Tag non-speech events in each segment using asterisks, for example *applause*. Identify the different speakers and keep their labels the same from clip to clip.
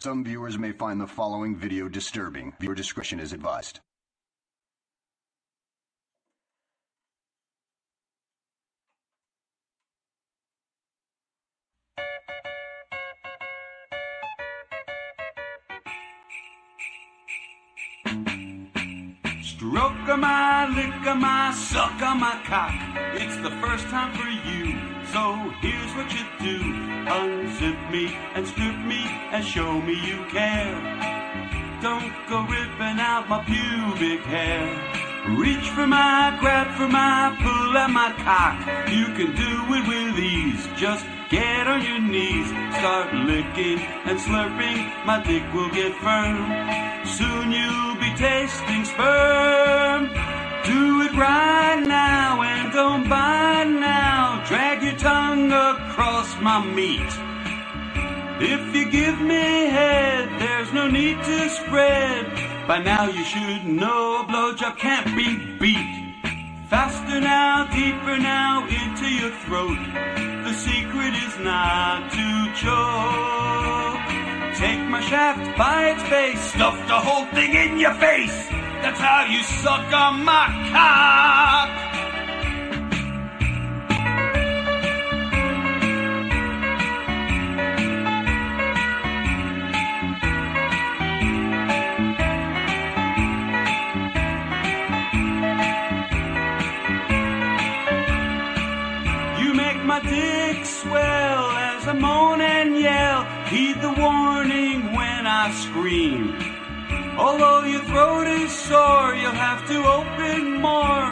Speaker 1: Some viewers may find the following video disturbing. Viewer discretion is advised.
Speaker 2: Stroke of my, lick of my, suck of my cock. It's the first time for you, so here's what you do. Unzip me and strip me and show me you care. Don't go ripping out my pubic hair. Reach for my, grab for my, pull at my cock. You can do it with ease. Just get on your knees, start licking and slurping. My dick will get firm. Soon you'll be tasting sperm. Do it right now and don't bite now. Drag your tongue across my meat. If you give me head, there's no need to spread. By now you should know a blowjob can't be beat. Faster now, deeper now, into your throat. The secret is not to choke. Take my shaft by its base, stuff the whole thing in your face. That's how you suck on my cock. You make my dick swell as I moan and yell. Heed the warning when I scream. Although your throat is sore, you'll have to open more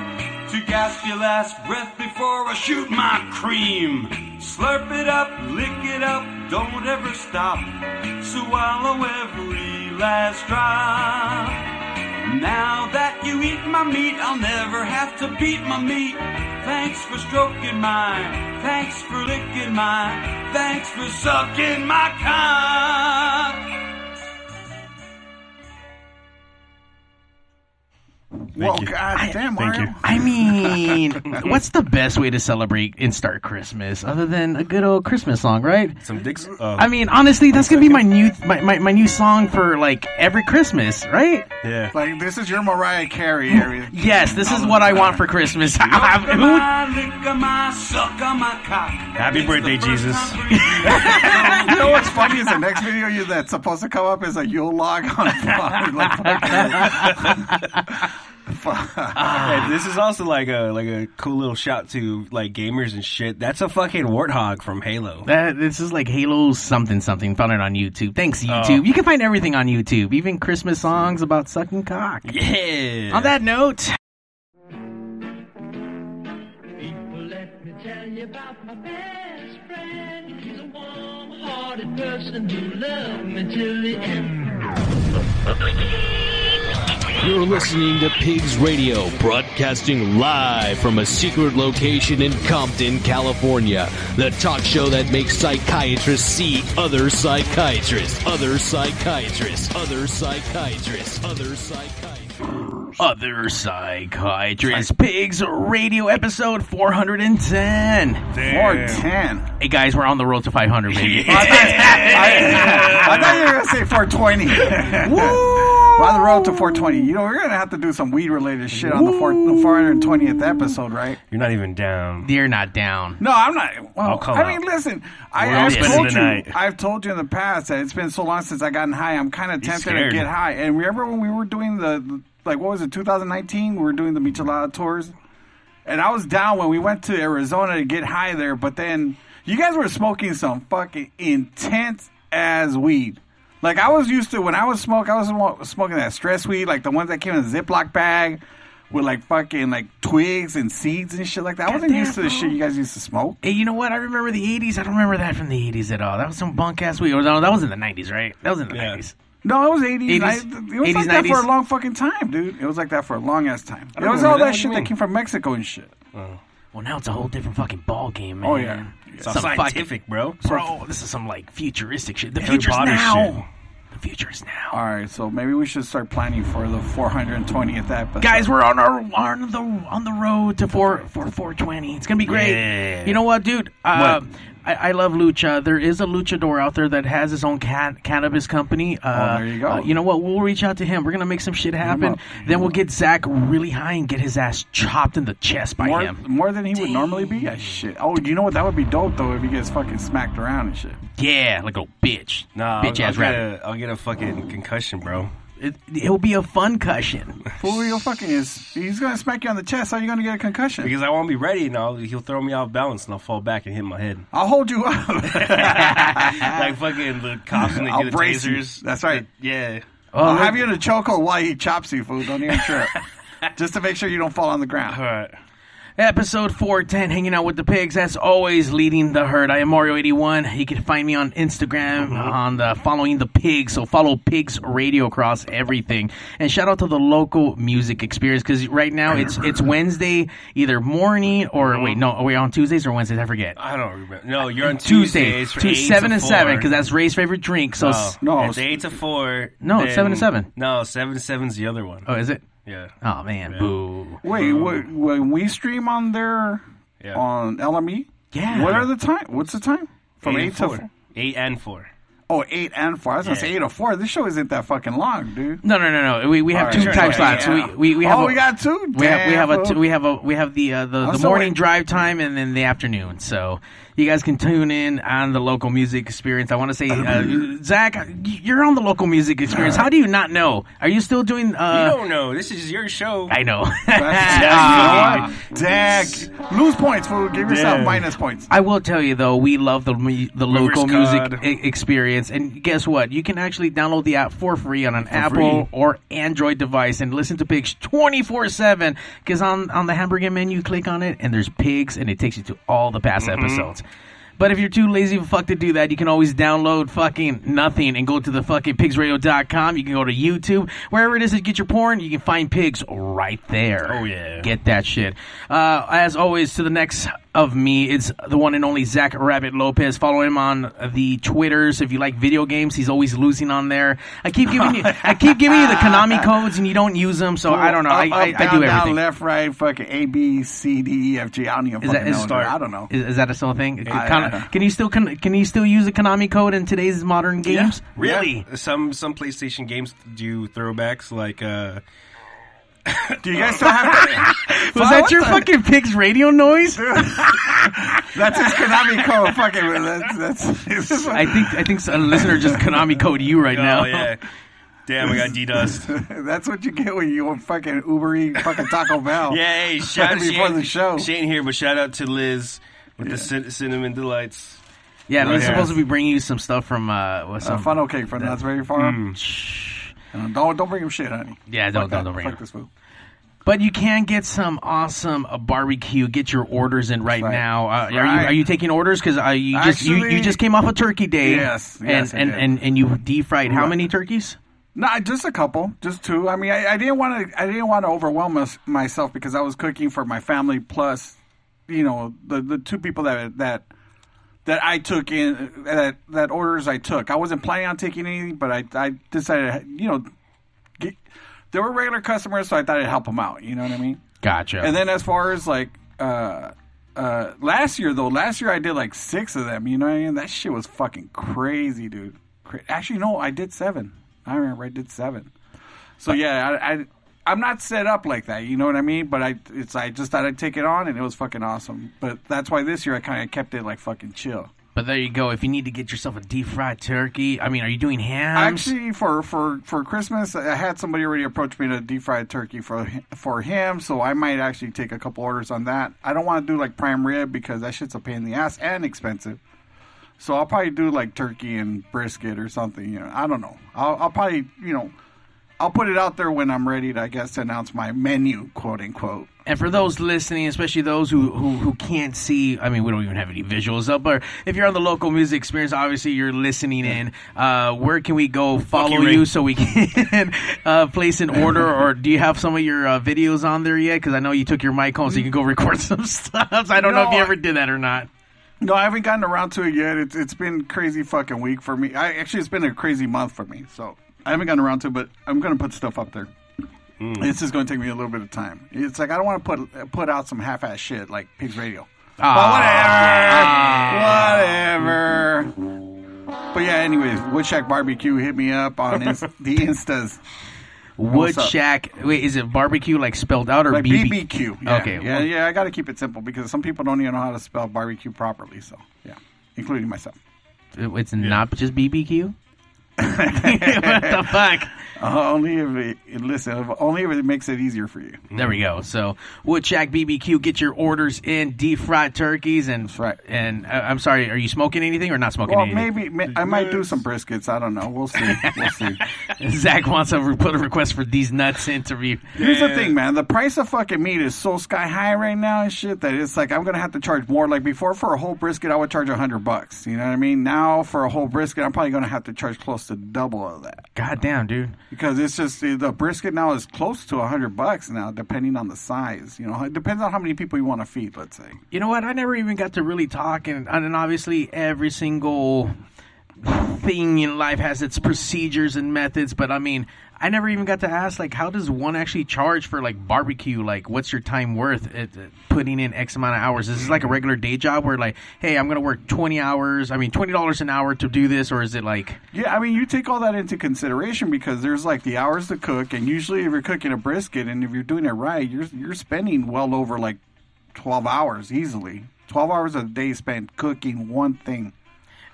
Speaker 2: to gasp your last breath before I shoot my cream. Slurp it up, lick it up, don't ever stop. Swallow every last drop. Now that you eat my meat, I'll never have to beat my meat. Thanks for stroking mine. Thanks for licking mine. Thanks for sucking my cock.
Speaker 3: Thank
Speaker 4: Well,
Speaker 3: you.
Speaker 4: god damn,
Speaker 3: Thank
Speaker 4: Mario.
Speaker 3: you.
Speaker 5: I mean, what's the best way to celebrate and start Christmas other than a good old Christmas song, right?
Speaker 3: Some dicks. Uh,
Speaker 5: I mean, honestly, that's gonna be my new my, my, my new song for like every Christmas, right?
Speaker 3: yeah.
Speaker 4: *laughs* Like this is your Mariah Carey area.
Speaker 5: Yes, this is what I want for Christmas. *laughs* I have-
Speaker 2: Lick
Speaker 5: who would-
Speaker 2: my, lick my, suck my cock.
Speaker 3: Happy
Speaker 2: It's the
Speaker 3: birthday,
Speaker 2: first
Speaker 3: Jesus.
Speaker 2: time for you.
Speaker 4: You know what's funny is the next video you that's supposed to come up is a Yule log on fire. Like, *laughs* fucking- Fuck.
Speaker 3: Yeah, this is also like a like a cool little shout to like gamers and shit. That's a fucking warthog from Halo.
Speaker 5: that this is like Halo something something. Found it on YouTube. Thanks YouTube. You can find everything on YouTube, even Christmas songs about sucking cock.
Speaker 3: yeah.
Speaker 5: On that note,
Speaker 6: Well, let me tell you about my best friend. He's a warm-hearted person who loved me till the end.
Speaker 7: You're listening to Pigs Radio, broadcasting live from a secret location in Compton, California. The talk show that makes psychiatrists see other psychiatrists, other psychiatrists, other psychiatrists, other psychiatrists.
Speaker 5: other psychiatrist pigs radio episode 410.
Speaker 4: 410.
Speaker 5: Hey guys, we're on the road to 500, baby.
Speaker 4: I *laughs* thought you were going to say 420. We're on the road to 420. You know, we're going to have to do some weed related shit on the, four, the 420th episode, right?
Speaker 3: You're not even down.
Speaker 5: They're not down.
Speaker 4: No, I'm not. Well,
Speaker 3: I'll call
Speaker 4: I mean,
Speaker 3: out.
Speaker 4: listen. I,
Speaker 3: Oh, We're all
Speaker 4: I've
Speaker 3: spending
Speaker 4: told
Speaker 3: the
Speaker 4: you.
Speaker 3: night.
Speaker 4: I've told you in the past that it's been so long since I gotten high. I'm kind of tempted to
Speaker 3: scared.
Speaker 4: get high. And remember when we were doing the like what was it 2019? We were doing the Michelada tours, and I was down when we went to Arizona to get high there. But then you guys were smoking some fucking intense as weed. Like I was used to when I was smoke, I was smo- smoking that stress weed, like the ones that came in a Ziploc bag. With like fucking like twigs and seeds and shit like that. I wasn't
Speaker 5: Goddamn,
Speaker 4: used to the shit you guys used to smoke.
Speaker 5: Hey, you know what? I remember the 80s. I don't remember that from the 80s at all. That was some bunk ass weed. Or No, that was in the 90s, right? That was in the
Speaker 3: Yeah.
Speaker 5: 90s.
Speaker 4: No, it was 80s.
Speaker 5: 80s,
Speaker 4: 90s. It was
Speaker 5: 80s,
Speaker 4: like that for
Speaker 5: 90s.
Speaker 4: a long fucking time, dude. It was like that for a long ass time. It
Speaker 3: don't
Speaker 4: was
Speaker 3: remember
Speaker 4: all
Speaker 3: that. What
Speaker 4: that,
Speaker 3: do you
Speaker 4: shit that
Speaker 3: mean?
Speaker 4: came from Mexico and shit.
Speaker 5: Well, now it's a whole different fucking ball game, man.
Speaker 4: Oh, yeah.
Speaker 3: It's all
Speaker 5: Some fucking,
Speaker 3: scientific, bro.
Speaker 5: bro, this is some like futuristic shit. The
Speaker 3: Harry
Speaker 5: future's
Speaker 3: Potter
Speaker 5: now. The future's now.
Speaker 4: All right, so maybe we should start planning for the 420th episode.
Speaker 5: Guys, we're on our on the on the road to four four four twenty. It's gonna be great.
Speaker 3: Yeah.
Speaker 5: You know what, dude? Uh,
Speaker 3: What?
Speaker 5: I, I love lucha. There is a luchador out there that has his own can- cannabis company. Uh,
Speaker 4: Oh, there you go.
Speaker 5: uh, you know what? We'll reach out to him. We're gonna make some shit happen.
Speaker 4: up.
Speaker 5: Then we'll get Zach really high and get his ass chopped in the chest by
Speaker 4: More,
Speaker 5: him.
Speaker 4: more than he would normally be? Yeah, shit. Oh, you know what? That would be dope, though, if he gets fucking smacked around and shit.
Speaker 5: Yeah, like a bitch.
Speaker 3: Nah,
Speaker 5: bitch
Speaker 3: I'll, I'll
Speaker 5: ass
Speaker 3: get
Speaker 5: rabbit.
Speaker 3: a, I'll get a fucking concussion, bro.
Speaker 5: It, it'll be a fun cushion.
Speaker 4: Fool, you'll fucking is. He's gonna smack you on the chest. How you gonna get a concussion?
Speaker 3: Because I won't be ready, and I'll, he'll throw me off balance, and I'll fall back and hit my
Speaker 4: *laughs*
Speaker 3: head.
Speaker 4: I'll hold you
Speaker 5: *laughs*
Speaker 4: up.
Speaker 3: like fucking the cops and they
Speaker 4: I'll
Speaker 3: do the
Speaker 4: brace you.
Speaker 3: tasers.
Speaker 4: That's right.
Speaker 3: Yeah.
Speaker 4: *laughs* I'll have you in a chokehold while he chops you, fool. Don't even
Speaker 5: *laughs*
Speaker 4: trip. Just to make sure you don't fall on the
Speaker 3: All
Speaker 5: Uh-huh.
Speaker 4: ground.
Speaker 3: right.
Speaker 5: Episode 410, hanging out with the pigs. As always, leading the herd. I am Mario81. You can find me on Instagram
Speaker 4: Mm-hmm.
Speaker 5: on the following the pigs. So follow Pigs Radio across everything. And shout out to the local music experience because right now it's it's Wednesday, either morning or
Speaker 4: Mm-hmm.
Speaker 5: wait, no, are we on Tuesdays or Wednesdays? I forget.
Speaker 4: Uh,
Speaker 3: I don't remember. No, you're on Tuesdays,
Speaker 5: Tuesdays,
Speaker 3: from
Speaker 5: two,
Speaker 3: eight
Speaker 5: seven
Speaker 3: to
Speaker 5: and seven
Speaker 3: four.
Speaker 5: because that's Ray's favorite drink. So,
Speaker 3: no,
Speaker 5: s-
Speaker 4: No,
Speaker 3: no, it's Oh. eight to four.
Speaker 5: No, it's
Speaker 3: then-
Speaker 5: seven to seven.
Speaker 3: No, seven to seven's the other one.
Speaker 5: oh, is it?
Speaker 3: Yeah,
Speaker 5: Oh man, boo.
Speaker 4: Wait, wait, when we stream on there
Speaker 3: yeah.
Speaker 4: on LME,
Speaker 5: Yeah.
Speaker 4: what are the time? What's the time? From
Speaker 3: Eight
Speaker 4: eight,
Speaker 3: and
Speaker 4: to
Speaker 3: four.
Speaker 4: four.
Speaker 3: Eight and four.
Speaker 4: Oh, eight and four. I was gonna say
Speaker 3: Yeah.
Speaker 4: eight to four. This show isn't that fucking long, dude.
Speaker 5: No, no, no, no. We, we have
Speaker 4: All
Speaker 5: two
Speaker 4: right,
Speaker 5: time
Speaker 4: okay,
Speaker 5: slots.
Speaker 4: yeah.
Speaker 5: We, we, we have
Speaker 4: oh,
Speaker 5: a-
Speaker 4: we got two.
Speaker 5: We have we have a
Speaker 4: Damn,
Speaker 5: we have a we have the uh, the, the
Speaker 4: so
Speaker 5: morning
Speaker 4: wait-
Speaker 5: drive time and then the afternoon. So you guys can tune in on the local music experience. I want to say, uh, Zach, you're on the local music
Speaker 3: *sighs*
Speaker 5: experience. How do you not know? Are you still doing?
Speaker 3: You
Speaker 5: Uh,
Speaker 3: don't know. This is your show.
Speaker 5: I know. *laughs*
Speaker 4: That's- you know what? Dak, lose points, fool. Give yourself
Speaker 3: Damn.
Speaker 4: minus points.
Speaker 5: I will tell you though, we love the mu- the local
Speaker 3: River's
Speaker 5: music
Speaker 3: Cod.
Speaker 5: e- experience, and guess what? You can actually download the app for free on an Apple or Android device and listen to Pigs twenty four seven. Because on on the hamburger menu, you click on it, and there's Pigs, and it takes you to all the past episodes. But if you're too lazy as fuck to do that, you can always download fucking nothing and go to the fucking pigsradio.com. You can go to YouTube, wherever it is that you get your porn, you can find pigs right there.
Speaker 3: Oh, yeah.
Speaker 5: Get that shit. Uh, as always, to the next of me, it's the one and only Zach Rabbit Lopez. Follow him on the Twitters. If you like video games, he's always losing on there. I keep giving you, I keep giving you the
Speaker 4: *laughs*
Speaker 5: Konami codes and you don't use them, so I don't know. I,
Speaker 4: Up,
Speaker 5: I,
Speaker 4: up,
Speaker 5: I
Speaker 4: down,
Speaker 5: do everything.
Speaker 4: Down, left, right, fucking A, B, C, D, E, F, G. I don't even
Speaker 5: Is that
Speaker 4: fucking
Speaker 5: is
Speaker 4: know. dude. I don't know.
Speaker 5: Is, is that a still thing?
Speaker 4: I-
Speaker 5: Kon-
Speaker 4: I don't know.
Speaker 5: can you still con- can you still use a Konami code in today's modern games?
Speaker 3: Really? Some some PlayStation games do throwbacks like uh
Speaker 4: Do
Speaker 5: *laughs*
Speaker 4: you guys still have?
Speaker 5: Was that your fucking pig's radio
Speaker 4: *laughs*
Speaker 5: noise?
Speaker 4: That's his Konami code. Fucking. That's
Speaker 5: *laughs*
Speaker 4: that's. that's
Speaker 5: I think I think a listener just Konami code you right now.
Speaker 3: Oh yeah. Damn, I got D
Speaker 4: *laughs*
Speaker 3: dust.
Speaker 4: *laughs* That's what you get when you fucking Uber eat fucking
Speaker 5: *laughs*
Speaker 4: Taco Bell.
Speaker 3: Yeah, hey, shout out
Speaker 4: Right before the show.
Speaker 3: She ain't here, but shout out to Liz with the cin- cinnamon delights.
Speaker 5: *laughs*
Speaker 4: Oh,
Speaker 5: Yeah,
Speaker 3: Right
Speaker 5: we're
Speaker 3: here.
Speaker 5: supposed to be bringing you some stuff from uh, what's
Speaker 4: A
Speaker 5: some
Speaker 4: funnel cake from that's very far. Don't don't bring him shit, honey.
Speaker 5: Mm. Yeah, don't don't, don't bring
Speaker 4: Fuck
Speaker 5: it.
Speaker 4: this food.
Speaker 5: But you can get some awesome uh, barbecue. Get your orders in right,
Speaker 4: right.
Speaker 5: now. Uh, are
Speaker 4: right.
Speaker 5: you are you taking orders? Because uh, you just you, you
Speaker 4: Actually-
Speaker 5: just came off a turkey day.
Speaker 4: Yes,
Speaker 5: and
Speaker 4: yes, I
Speaker 5: and,
Speaker 4: did.
Speaker 5: and and you deep fried how many turkeys?
Speaker 4: Nah, just a couple, just two. I mean, I, I didn't want to. I didn't want to overwhelm us, myself because I was cooking for my family plus, you know, the the two people that that that I took in that that orders I took. I wasn't planning on taking anything, but I I decided, you know, get, they were regular customers, so I thought I'd help them out. You know what I mean?
Speaker 5: Gotcha.
Speaker 4: And then as far as like uh uh last year though, last year I did like six of them. You know what I mean? That shit was fucking crazy, dude. Cra- Actually, no, I did seven. I remember I did seven. So yeah, I. I I'm not set up like that, you know what I mean? But I, it's I just thought I'd take it on, and it was fucking awesome. But that's why this year I kind of kept it like fucking chill.
Speaker 5: But there you go. If you need to get yourself a deep fried turkey, I mean, are you doing hams?
Speaker 4: Actually, for, for, for Christmas, I had somebody already approach me to deep fried turkey for hi- for him, so I might actually take a couple orders on that. I don't want to do like prime rib because that shit's a pain in the ass and expensive. So I'll probably do like turkey and brisket or something. You know, I don't know. I'll, I'll probably you know, I'll put it out there when I'm ready to, I guess, to announce my menu, quote unquote.
Speaker 5: and for those listening, especially those who, who, who can't see, I mean, we don't even have any visuals up. But if you're on the local music experience, obviously you're listening in. Uh, where can we go follow
Speaker 3: you, Ray.
Speaker 5: you, so we can *laughs* uh, place an order? or do you have some of your uh, videos on there yet? Because I know you took your mic home, so you can go record *laughs* some stuff. So I don't know if
Speaker 4: No,
Speaker 5: you
Speaker 4: I-
Speaker 5: ever did that or not.
Speaker 4: No, I haven't gotten around to it yet. It's it's been crazy fucking week for me. I actually it's been a crazy month for me. So I haven't gotten around to it, but I'm gonna put stuff up there.
Speaker 5: Hmm.
Speaker 4: It's just gonna take me a little bit of time. It's like I don't want to put put out some half ass shit like Pigs Radio.
Speaker 5: Ah.
Speaker 4: But whatever. Whatever. But yeah, anyways, Woodshack Barbecue hit me up on
Speaker 5: *laughs*
Speaker 4: inst- the Instas.
Speaker 5: Wood
Speaker 4: What's up?
Speaker 5: Shack. Wait, is it barbecue like spelled out or
Speaker 4: Like
Speaker 5: BB?
Speaker 4: BBQ. Yeah.
Speaker 5: Okay.
Speaker 4: Yeah, yeah, I got to keep it simple because some people don't even know how to spell barbecue properly. So, yeah, including myself.
Speaker 5: It- It's not just *laughs*
Speaker 4: *laughs*
Speaker 5: BBQ. what the fuck?
Speaker 4: Uh, only if it, it- listen, if- only if it makes it easier for you.
Speaker 5: There we go. So Woodchuck BBQ, get your orders in. Deep fried turkeys and
Speaker 4: right.
Speaker 5: And uh, I'm sorry, are you smoking anything or not smoking
Speaker 4: Well,
Speaker 5: anything?
Speaker 4: maybe may, I might do some briskets. I don't know. We'll see. We'll see.
Speaker 5: *laughs* Zach wants to re- put a request for these nuts interview.
Speaker 4: Here's the thing, man. The price of fucking meat is so sky high right now and shit that it's like I'm gonna have to charge more. Like before, for a whole brisket, I would charge a hundred bucks. You know what I mean? Now, for a whole brisket, I'm probably gonna have to charge close to double of that
Speaker 5: God damn, dude.
Speaker 4: because it's just the brisket now is close to a hundred bucks now, depending on the size. You know, it depends on how many people you want to feed. Let's say.
Speaker 5: You know what? I never even got to really talk, and, and obviously every single thing in life has its procedures and methods. But I mean, I never even got to ask like, how does one actually charge for like barbecue? Like, what's your time worth at at putting in X amount of hours? Is this like a regular day job where like, hey, I'm gonna work twenty hours? I mean, twenty dollars an hour to do this, or is it like?
Speaker 4: Yeah, I mean, you take all that into consideration because there's like the hours to cook, and usually if you're cooking a brisket and if you're doing it right, you're you're spending well over like twelve hours easily. Twelve hours a day spent cooking one thing.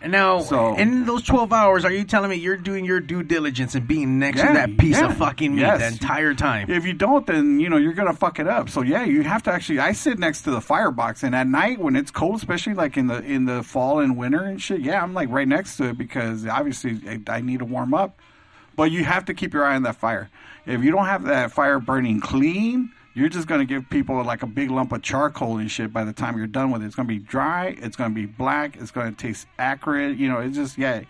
Speaker 5: And Now,
Speaker 4: So-
Speaker 5: in those 12 hours, are you telling me you're doing your due diligence and being next to
Speaker 4: Yeah,
Speaker 5: that piece
Speaker 4: yeah,
Speaker 5: of fucking meat
Speaker 4: yes.
Speaker 5: the entire time?
Speaker 4: If you don't, then you know you're gonna fuck it up. So yeah, you have to actually. I sit next to the firebox, and at night when it's cold, especially like in the in the fall and winter and shit, yeah, I'm like right next to it because obviously I, I need to warm up. But you have to keep your eye on that fire. If you don't have that fire burning clean, you're just gonna give people like a big lump of charcoal and shit. By the time you're done with it, it's gonna be dry. It's gonna be black. It's gonna taste acrid. You know, it's just yeah.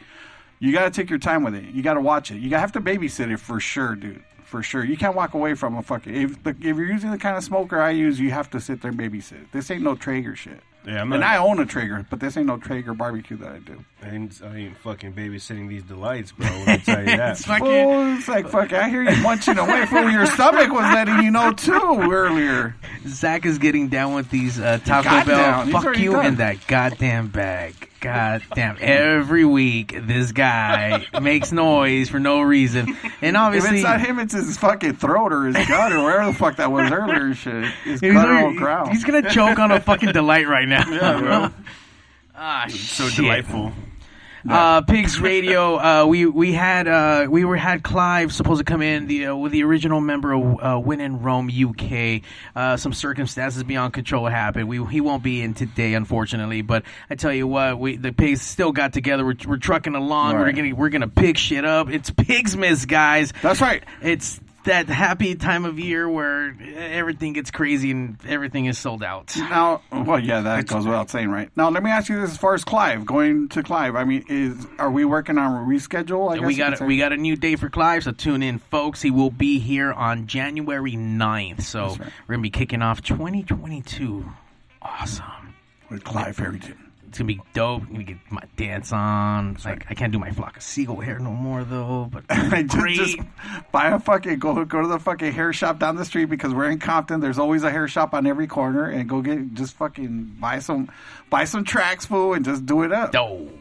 Speaker 4: You got to take your time with it. You got to watch it. You have to babysit it for sure, dude. For sure. You can't walk away from a fucking. If, the, if you're using the kind of smoker I use, you have to sit there and babysit. This ain't no Traeger shit.
Speaker 3: Yeah, I'm
Speaker 4: And
Speaker 3: not-
Speaker 4: I own a Traeger, but this ain't no Traeger barbecue that I do.
Speaker 3: I ain't, I ain't fucking babysitting these delights, bro. Let me tell
Speaker 5: *laughs*
Speaker 3: you that.
Speaker 4: Oh, it's like, fuck, I hear you munching away from your stomach was letting you know too earlier.
Speaker 5: Zach is getting down with these uh, Taco
Speaker 4: Goddamn, he's
Speaker 5: Bell. Fuck
Speaker 4: already
Speaker 5: you
Speaker 4: done.
Speaker 5: in that goddamn bag. God damn. Every week, this
Speaker 4: *laughs*
Speaker 5: guy makes noise for no reason. And
Speaker 4: If
Speaker 5: obviously,
Speaker 4: it's not him, it's his fucking throat or his gut or wherever the fuck that was
Speaker 5: *laughs*
Speaker 4: earlier and shit. His
Speaker 5: he's,
Speaker 4: guttural
Speaker 5: already-
Speaker 4: growl.
Speaker 5: he's going to choke on a fucking delight right
Speaker 4: *laughs*
Speaker 5: now. *laughs* ah,
Speaker 3: So
Speaker 5: shit.
Speaker 3: delightful.
Speaker 5: Uh, Pigs
Speaker 4: *laughs*
Speaker 5: Radio. Uh, we we had uh, we were had Clive supposed to come in the uh, with the original member of uh, Win in Rome UK. Uh, some circumstances beyond control happened. We he won't be in today, unfortunately. But I tell you what, we the pigs still got together. We're, we're trucking along. We're
Speaker 4: Right.
Speaker 5: gonna we're gonna pick shit up. It's Pigsmas, guys.
Speaker 4: That's right.
Speaker 5: It's that happy time of year where everything gets crazy and everything is sold out.
Speaker 4: Now, well, yeah, that goes without saying, right? Now, let me ask you this: as far as Clive, going to Clive, I mean, is are we working on a reschedule? I guess
Speaker 5: we
Speaker 4: you could
Speaker 5: got
Speaker 4: say?
Speaker 5: a, we got a new day for Clive, so tune in, folks. He will be here on January 9th. So we're gonna be kicking off 2022. Awesome.
Speaker 4: with Clive Harrington.
Speaker 5: It's gonna be dope. I'm gonna get my dance on. It's like I can't do my flock of seagull hair no more though. But
Speaker 4: *laughs* Just,
Speaker 5: great.
Speaker 4: just buy a fucking go go to the fucking hair shop down the street because we're in Compton. There's always a hair shop on every corner, and go get just fucking buy some buy some tracks, fool, and just do it up.
Speaker 5: dope.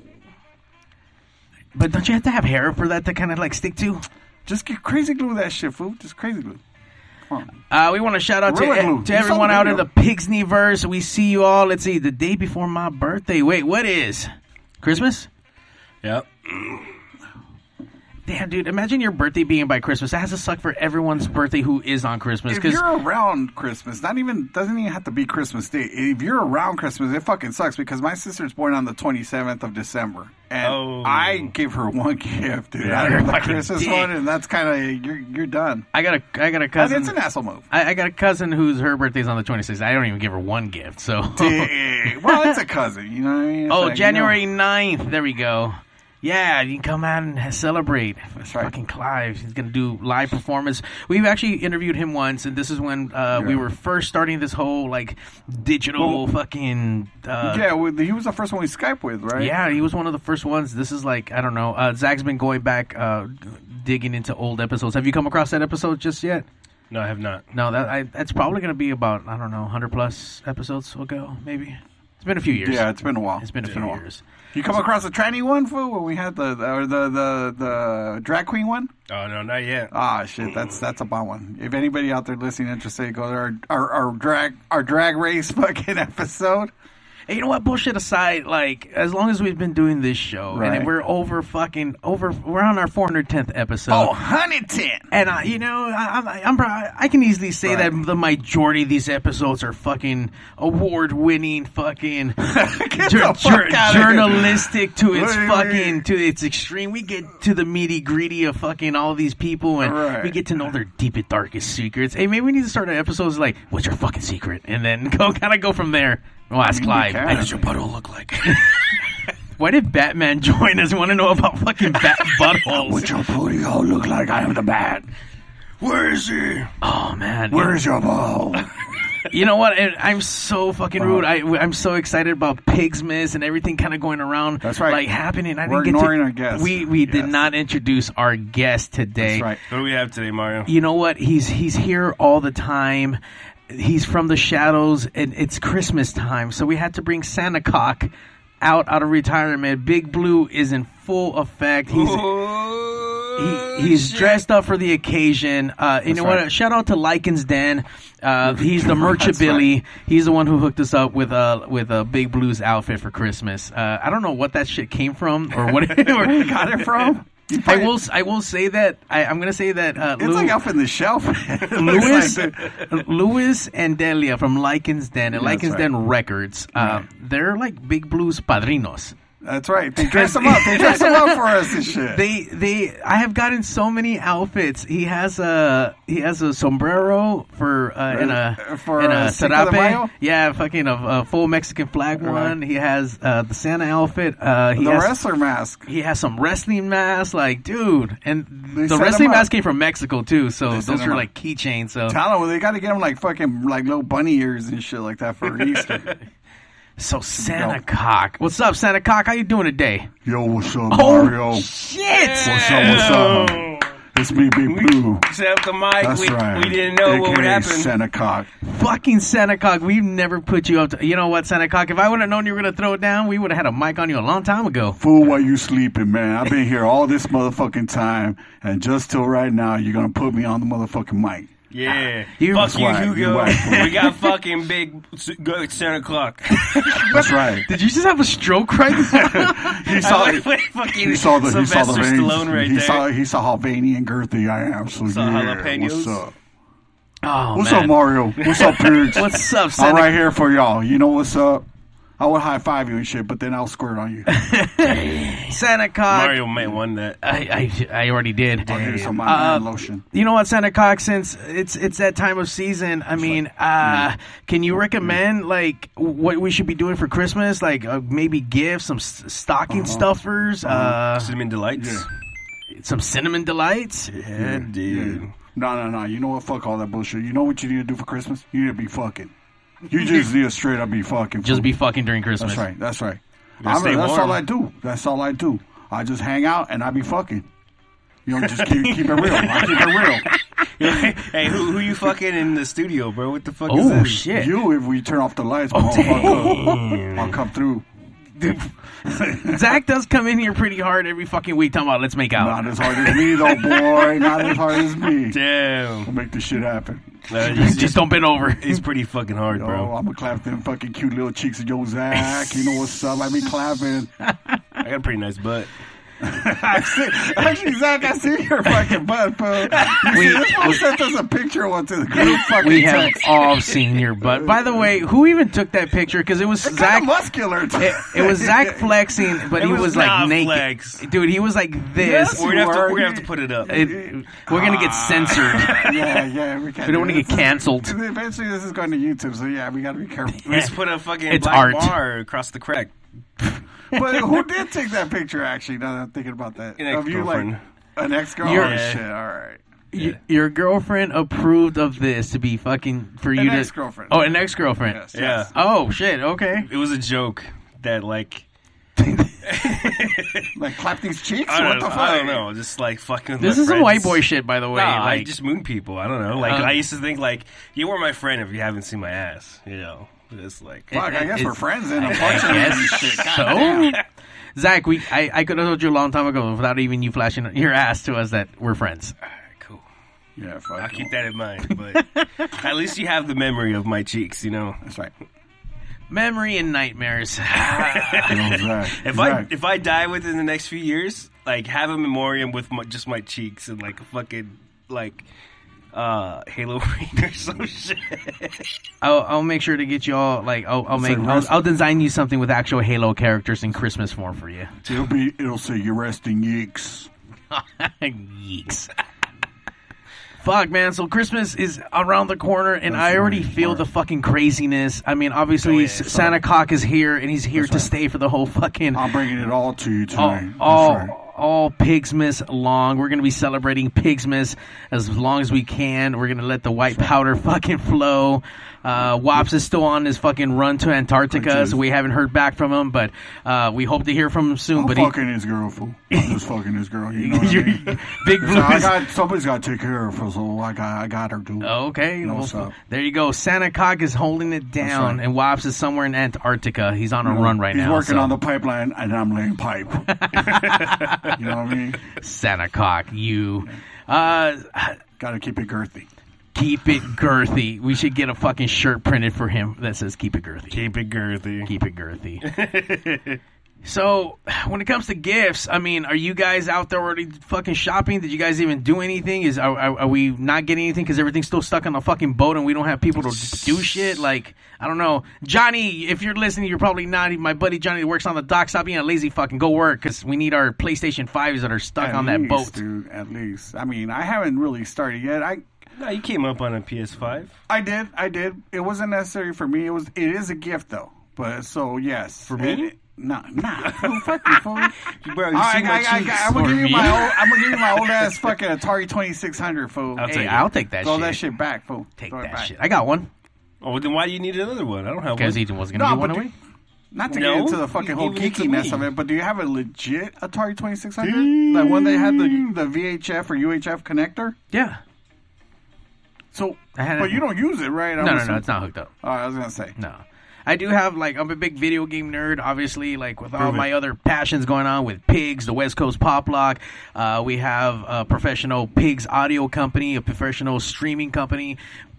Speaker 5: But don't you have to have hair for that to kind of like stick to?
Speaker 4: Just get crazy glue that shit, fool. Just crazy glue.
Speaker 5: Uh, we want to shout out to,
Speaker 4: Gorilla Glue.
Speaker 5: to
Speaker 4: You saw the
Speaker 5: everyone out in the
Speaker 4: video.
Speaker 5: Pigsneyverse. We see you all. Let's see, the day before my birthday. Wait, what is Christmas?
Speaker 3: Yep.
Speaker 5: Damn, dude! Imagine your birthday being by Christmas. That has to suck for everyone's birthday who is on Christmas.
Speaker 4: If
Speaker 5: Because
Speaker 4: you're around Christmas, not even doesn't even have to be Christmas Day. If you're around Christmas, it fucking sucks because my sister's born on the 27th of December, and
Speaker 3: Oh.
Speaker 4: I give her one *laughs* gift, dude.
Speaker 3: Yeah,
Speaker 4: I
Speaker 5: you're
Speaker 4: got the
Speaker 5: fucking
Speaker 4: Christmas
Speaker 5: dick.
Speaker 4: one, and that's kind of you're you're done.
Speaker 5: I got a, I got a
Speaker 4: That's,
Speaker 5: cousin.
Speaker 4: it's an asshole move.
Speaker 5: I, I got a cousin whose her birthday's on the 26th. I don't even give her one gift. So, *laughs*
Speaker 4: Dick. well, it's a cousin, you know what I mean? It's
Speaker 5: oh,
Speaker 4: like,
Speaker 5: January
Speaker 4: You know,
Speaker 5: 9th. There we go. Yeah, you can come out and ha- celebrate. That's
Speaker 4: right.
Speaker 5: Fucking Clive. He's gonna do live performance. We've actually interviewed him once, and this is when uh, we were first starting this whole like digital fucking uh,
Speaker 4: yeah, well, he was the first one we Skype with, right?
Speaker 5: Yeah, he was one of the first ones. This is like I don't know. Uh, Zach's been going back, uh, digging into old episodes. Have you come across that episode just yet?
Speaker 3: No, I have not.
Speaker 5: No, that I, that's probably going to be about I don't know, hundred plus episodes will go maybe. been a few years.
Speaker 4: Yeah, it's been a while.
Speaker 5: it's been a few years.
Speaker 4: You come across the tranny one, fool, when we had the or the the the drag queen one.
Speaker 3: Oh no, not yet.
Speaker 4: Ah, shit, that's that's a bomb one. If anybody out there listening interested, go to our our, our drag our drag race *laughs* fucking episode.
Speaker 5: Hey, you know what? Bullshit aside, like as long as we've been doing this show,
Speaker 4: Right.
Speaker 5: and we're over fucking over, we're on our 410th episode.
Speaker 4: Oh, Huntington.
Speaker 5: And I, you know, I, I'm, I'm, prob- I can easily say
Speaker 4: Right.
Speaker 5: that the majority of these episodes are fucking award-winning, fucking
Speaker 4: *laughs* Get
Speaker 5: jour-
Speaker 4: the fuck
Speaker 5: jour-
Speaker 4: outta here.
Speaker 5: journalistic to its
Speaker 4: Wait, wait,
Speaker 5: fucking
Speaker 4: wait.
Speaker 5: to its extreme. We get to the meaty gritty of fucking all these people, and
Speaker 4: Right.
Speaker 5: we get to know their deepest, darkest secrets. Hey, maybe we need to start our episodes like, "What's your fucking secret?" and then *laughs* go kind of go from there. Well, ask
Speaker 4: mean, we
Speaker 5: Clive.
Speaker 4: can.
Speaker 5: What does your butthole look like? *laughs* Why did Batman *laughs* join us? Want to know about fucking
Speaker 4: *laughs*
Speaker 5: bat buttholes?
Speaker 4: your booty hole look like? I am the bat.
Speaker 3: Where is he?
Speaker 5: oh man,
Speaker 4: Where's your ball?
Speaker 5: You know what? And I'm so fucking rude. I, I'm so excited about pigs miss and everything kind of going around.
Speaker 4: That's right.
Speaker 5: Like happening. I
Speaker 4: We're
Speaker 5: didn't get
Speaker 4: ignoring
Speaker 5: to,
Speaker 4: our guest.
Speaker 5: We we did
Speaker 4: Yes.
Speaker 5: not introduce our guest today.
Speaker 4: That's right.
Speaker 3: What do we have today, Mario?
Speaker 5: You know what? He's he's here all the time. He's from the shadows, and it's Christmas time, so we had to bring Santa Cock out out of retirement. Big Blue is in full effect. He's he, he's dressed up for the occasion. Uh, you know what? Shout out to Lycans Dan.
Speaker 4: *laughs*
Speaker 5: Uh, he's the merchabilly. He's the one who hooked us up with a with a big blues outfit for Christmas. Uh, I don't know what that shit came from or what. *laughs* Where
Speaker 4: you got *laughs*
Speaker 5: *laughs*
Speaker 4: it from? You
Speaker 5: I
Speaker 4: probably-
Speaker 5: will. s- I will say that. I, I'm going to say that. Uh,
Speaker 4: It's
Speaker 5: Lou-
Speaker 4: like up in the shelf. *laughs* It looks
Speaker 5: Lewis,
Speaker 4: like the-
Speaker 5: Lewis and Delia from Lycans Den and
Speaker 4: that's
Speaker 5: Lycans Den Records. Uh, They're like big blues padrinos.
Speaker 4: that's right. They dress them up. They dress them up for us
Speaker 3: *laughs*
Speaker 4: and shit.
Speaker 5: They they I have gotten so many outfits. He has a he has a sombrero for uh, and
Speaker 4: Uh,
Speaker 5: a
Speaker 4: for,
Speaker 5: and
Speaker 4: uh,
Speaker 5: a
Speaker 4: Cinco de Mayo?
Speaker 5: serape. Yeah, fucking a, a full Mexican flag one. He has uh, the Santa outfit. Uh, he
Speaker 4: the
Speaker 5: has,
Speaker 4: wrestler mask.
Speaker 5: He has some wrestling masks, like dude, and
Speaker 4: They
Speaker 5: the
Speaker 4: set
Speaker 5: wrestling
Speaker 4: him up.
Speaker 5: masks came from Mexico too. So
Speaker 4: They set
Speaker 5: those
Speaker 4: him
Speaker 5: are
Speaker 4: up.
Speaker 5: like keychains. So
Speaker 4: Tell them they got to get them like fucking like little bunny ears and shit like that for Easter.
Speaker 5: So Santa Cock, what's up, Santa Cock? How you doing today?
Speaker 4: *laughs* Yo, what's up,
Speaker 5: Oh,
Speaker 4: Mario?
Speaker 5: Shit!
Speaker 4: What's up? What's up? It's me, Big Blue.
Speaker 3: Except the mic.
Speaker 4: That's
Speaker 3: we,
Speaker 4: right.
Speaker 3: we didn't know what would
Speaker 4: AKA
Speaker 3: happen.
Speaker 4: Santa cock.
Speaker 5: Fucking Santa Cock, we've never put you up to. You know what, Santa Cock? If I would have known you were gonna throw it down, we would have had a mic on you a long time ago.
Speaker 4: Fool, while you sleeping, man. I've been here all this motherfucking time, and just till right now, you're gonna put me on the motherfucking mic.
Speaker 3: Yeah.
Speaker 5: You-
Speaker 3: Fuck
Speaker 5: That's
Speaker 3: you,
Speaker 4: why-
Speaker 3: Hugo.
Speaker 4: you why-
Speaker 3: we got fucking big s- good Santa
Speaker 4: *laughs*
Speaker 3: Clock.
Speaker 4: That's right.
Speaker 3: *laughs*
Speaker 5: Did you just have a stroke right now?
Speaker 4: He saw.
Speaker 3: Like, like fucking
Speaker 4: He saw the. He saw the
Speaker 3: Sylvester
Speaker 4: veins.
Speaker 3: Stallone right
Speaker 4: he
Speaker 3: there.
Speaker 4: saw. He saw how veiny and girthy I am. So
Speaker 3: Saw
Speaker 4: yeah.
Speaker 3: jalapenos.
Speaker 4: What's up?
Speaker 5: *laughs* oh,
Speaker 4: What's
Speaker 5: man.
Speaker 4: up, Mario? What's up,
Speaker 5: *laughs*
Speaker 4: Pierce?
Speaker 5: What's up,
Speaker 4: I'm
Speaker 5: Santa?
Speaker 4: right here for y'all. You know what's up? I would high five you and shit, but then I'll squirt on you.
Speaker 5: Santa Cock.
Speaker 3: Mario may won that.
Speaker 5: I, I I already did.
Speaker 4: Here's some
Speaker 5: Uh,
Speaker 4: my man lotion.
Speaker 5: You know what, Santa Cox? Since it's it's that time of season, I mean, uh, can you recommend like what we should be doing for Christmas? Like uh, maybe give some s- stocking stuffers, uh,
Speaker 3: Cinnamon delights.
Speaker 5: some cinnamon delights.
Speaker 3: Yeah, dude.
Speaker 4: No, no, no. You know what? Fuck all that bullshit. You know what you need to do for Christmas? You need to be fucking.
Speaker 5: *laughs*
Speaker 4: You just need to straight up be fucking.
Speaker 5: Just
Speaker 4: fool.
Speaker 5: be fucking during Christmas.
Speaker 4: That's right. That's right.
Speaker 3: gotta
Speaker 4: I'm,
Speaker 3: stay
Speaker 4: that's
Speaker 3: warm.
Speaker 4: all I do. That's all I do. I just hang out and I be fucking. You know, just keep, keep it real. I keep
Speaker 5: *laughs*
Speaker 4: it
Speaker 3: *laughs* hey, who who you fucking in the studio, bro? What the fuck is
Speaker 5: Oh
Speaker 3: this?
Speaker 4: real.
Speaker 5: shit!
Speaker 4: You, if we turn off the lights,
Speaker 5: Oh,
Speaker 4: motherfucker, I'll come through.
Speaker 5: *laughs* Zach does come in here pretty hard every fucking week talking about let's make out.
Speaker 4: Not as hard as me, though, boy. Not as hard as
Speaker 3: *laughs*
Speaker 4: me.
Speaker 3: Damn.
Speaker 4: I'll make this shit happen.
Speaker 3: Uh, he's,
Speaker 5: Just don't bend over.
Speaker 3: he's pretty fucking hard,
Speaker 4: Yo,
Speaker 3: bro.
Speaker 4: I'm gonna clap them fucking cute little cheeks of yo, Zach. You know what's up? I
Speaker 3: *laughs*
Speaker 4: be clapping.
Speaker 3: I got a pretty nice butt.
Speaker 4: Actually, Zach, I see your fucking butt, bro. We, this fool sent us a picture once to the group fucking
Speaker 5: We have
Speaker 4: text.
Speaker 5: all seen your butt. By the way, who even took that picture? Because it was
Speaker 4: Zach
Speaker 5: Zach.
Speaker 4: muscular. too.
Speaker 5: It, it was Zach flexing, but
Speaker 3: It
Speaker 5: he
Speaker 3: was
Speaker 5: was, like
Speaker 3: not
Speaker 5: naked.
Speaker 3: flex.
Speaker 5: Dude, he was like this.
Speaker 4: Yes,
Speaker 3: We're gonna, have to,
Speaker 4: were.
Speaker 3: we're gonna have to put it up.
Speaker 5: It- we're gonna get censored.
Speaker 4: *laughs* yeah, yeah, we can't.
Speaker 5: We don't want
Speaker 4: do
Speaker 5: to get
Speaker 4: this.
Speaker 5: canceled.
Speaker 4: Eventually, this is going to YouTube, so yeah, we got to be careful.
Speaker 3: Let's put a fucking
Speaker 5: It's
Speaker 3: black
Speaker 5: art.
Speaker 3: bar across the crack.
Speaker 4: but who did take that picture? Actually, now that I'm thinking about that,
Speaker 3: An
Speaker 4: of you like
Speaker 3: ex-girlfriend.
Speaker 4: an ex
Speaker 5: You're-
Speaker 4: girlfriend. Oh, shit, all right.
Speaker 5: Y- your girlfriend approved of this to be fucking for you to
Speaker 4: ex-girlfriend.
Speaker 5: Oh, an ex girlfriend.
Speaker 4: Yes,
Speaker 3: Yeah.
Speaker 4: yes.
Speaker 5: Oh shit. Okay.
Speaker 3: It was a joke that like
Speaker 4: Like clap these cheeks.
Speaker 3: I
Speaker 4: what
Speaker 3: don't,
Speaker 4: the fuck?
Speaker 3: I don't know, just like fucking.
Speaker 5: This
Speaker 3: my
Speaker 5: is some
Speaker 3: friends-
Speaker 5: white boy shit, by the way.
Speaker 3: Nah, I
Speaker 5: like,
Speaker 3: just moon people. I don't know. Like
Speaker 5: Uh.
Speaker 3: I used to think like you were my friend if you haven't seen my ass. You know. It's like
Speaker 4: Fuck, I guess
Speaker 5: It's-
Speaker 4: we're friends then.
Speaker 5: I
Speaker 4: Unfortunately,
Speaker 5: guess
Speaker 3: *laughs*
Speaker 5: so. Zach, we I, I could have told you a long time ago without even you flashing your ass to us that we're friends.
Speaker 3: Alright, cool.
Speaker 4: yeah, fuck.
Speaker 3: I'll keep that in mind.
Speaker 5: *laughs*
Speaker 3: But at least you have the memory of my cheeks, you know.
Speaker 4: That's *laughs* right.
Speaker 5: Memory and nightmares. *laughs*
Speaker 3: If I if I die within the next few years, like have a memoriam with my, just my cheeks and like a fucking like uh Halo *laughs* ring or some shit.
Speaker 5: I'll, I'll make sure to get you all like I'll, I'll make
Speaker 4: like
Speaker 5: I'll,
Speaker 4: rest-
Speaker 5: I'll design you something with actual Halo characters in Christmas form for
Speaker 3: *laughs*
Speaker 5: you.
Speaker 4: it'll be, it'll say you're resting yeeks.
Speaker 5: Yeeks. Fuck, man. So Christmas is around the corner, and I already feel the fucking craziness. I mean, obviously,
Speaker 3: Oh,
Speaker 5: S- Santa Cock is here, and he's here to stay for the whole fucking
Speaker 4: I'm bringing it all to you
Speaker 5: all,
Speaker 4: tonight.
Speaker 5: all,
Speaker 4: That's right.
Speaker 5: all Pigsmas long. We're gonna be celebrating Pigsmas as long as we can. We're gonna let the white powder *laughs* fucking flow. Uh, Wops is still on his fucking run to Antarctica,
Speaker 4: Which is-
Speaker 5: so we haven't heard back from him, but uh, we hope to hear from him soon.
Speaker 4: I'm
Speaker 5: but
Speaker 4: fucking his girl, fool. I'm *laughs* just fucking his girl.
Speaker 5: *laughs*
Speaker 4: You know what I
Speaker 5: he,
Speaker 4: *laughs* mean?
Speaker 5: Big Blue
Speaker 4: So I
Speaker 5: is-
Speaker 4: got somebody's got to take care of her, so I got I got her dude.
Speaker 5: Okay,
Speaker 4: No,
Speaker 5: well,
Speaker 4: so-
Speaker 5: there you go. Santa Cock is holding it down,
Speaker 4: right.
Speaker 5: and Wops is somewhere in Antarctica. He's on a run right
Speaker 4: He's
Speaker 5: now.
Speaker 4: working
Speaker 5: so-
Speaker 4: on the pipeline, and I'm laying *laughs* pipe. you know what I mean?
Speaker 5: Santa Cock. You uh,
Speaker 4: Got to keep it girthy.
Speaker 5: keep it girthy. We should get a fucking shirt printed for him that says "Keep it girthy."
Speaker 3: Keep it girthy.
Speaker 5: Keep it girthy.
Speaker 4: *laughs*
Speaker 5: so, when it comes to gifts, I mean, are you guys out there already fucking shopping? Did you guys even do anything? Is are, are, are we not getting anything because everything's still stuck on the fucking boat and we don't have people to do shit? Like, I don't know, Johnny. If you're listening, you're probably not. e, My buddy Johnny that works on the dock. Stop being a lazy fucking go work because we need our PlayStation fives that are stuck
Speaker 4: At
Speaker 5: on that
Speaker 4: least,
Speaker 5: boat.
Speaker 4: dude. At least. I mean, I haven't really started yet. I
Speaker 3: No, you came up on a PS5
Speaker 4: I did. I did. It wasn't necessary for me. It was. It is a gift though. But so yes. For
Speaker 3: me?
Speaker 4: no,
Speaker 5: *laughs*
Speaker 4: nah. fool, Fuck you, fool.
Speaker 3: Bro, you
Speaker 4: All
Speaker 3: see
Speaker 4: right,
Speaker 3: my
Speaker 4: I, I,
Speaker 3: cheeks.
Speaker 4: I, am gonna
Speaker 5: For
Speaker 4: give you
Speaker 5: me?
Speaker 4: my old, I'm gonna give you my old ass fucking Atari 2600 fool.
Speaker 3: I'll
Speaker 5: Hey,
Speaker 3: take it.
Speaker 5: I'll take that
Speaker 4: Throw
Speaker 5: shit.
Speaker 4: that shit back, fool.
Speaker 5: Take
Speaker 4: Throw it
Speaker 5: that
Speaker 4: back.
Speaker 5: shit. I got one
Speaker 3: oh, then why do you need another one? I don't have
Speaker 5: because
Speaker 3: one.
Speaker 5: Ethan was gonna
Speaker 4: No,
Speaker 5: be one
Speaker 4: but
Speaker 5: away.
Speaker 4: Not to
Speaker 3: No,
Speaker 4: get into the fucking
Speaker 3: you
Speaker 4: whole
Speaker 3: gave it to
Speaker 4: geekiness
Speaker 3: me.
Speaker 4: of it, but do you have a legit Atari 2600? That one that had the the VHF or UHF connector?
Speaker 5: Yeah.
Speaker 4: So,
Speaker 5: I had
Speaker 4: but
Speaker 5: it.
Speaker 4: you don't use it, right?
Speaker 5: No,
Speaker 4: I'm
Speaker 5: no, no.
Speaker 4: assuming-
Speaker 5: It's not hooked up.
Speaker 4: All right, I was gonna say.
Speaker 5: No. I do have like I'm a big video game nerd, obviously. Like with all
Speaker 4: Prove it.
Speaker 5: my other passions going on with Pigs, the West Coast Pop Lock, uh, we have a professional Pigs audio company, a professional streaming company.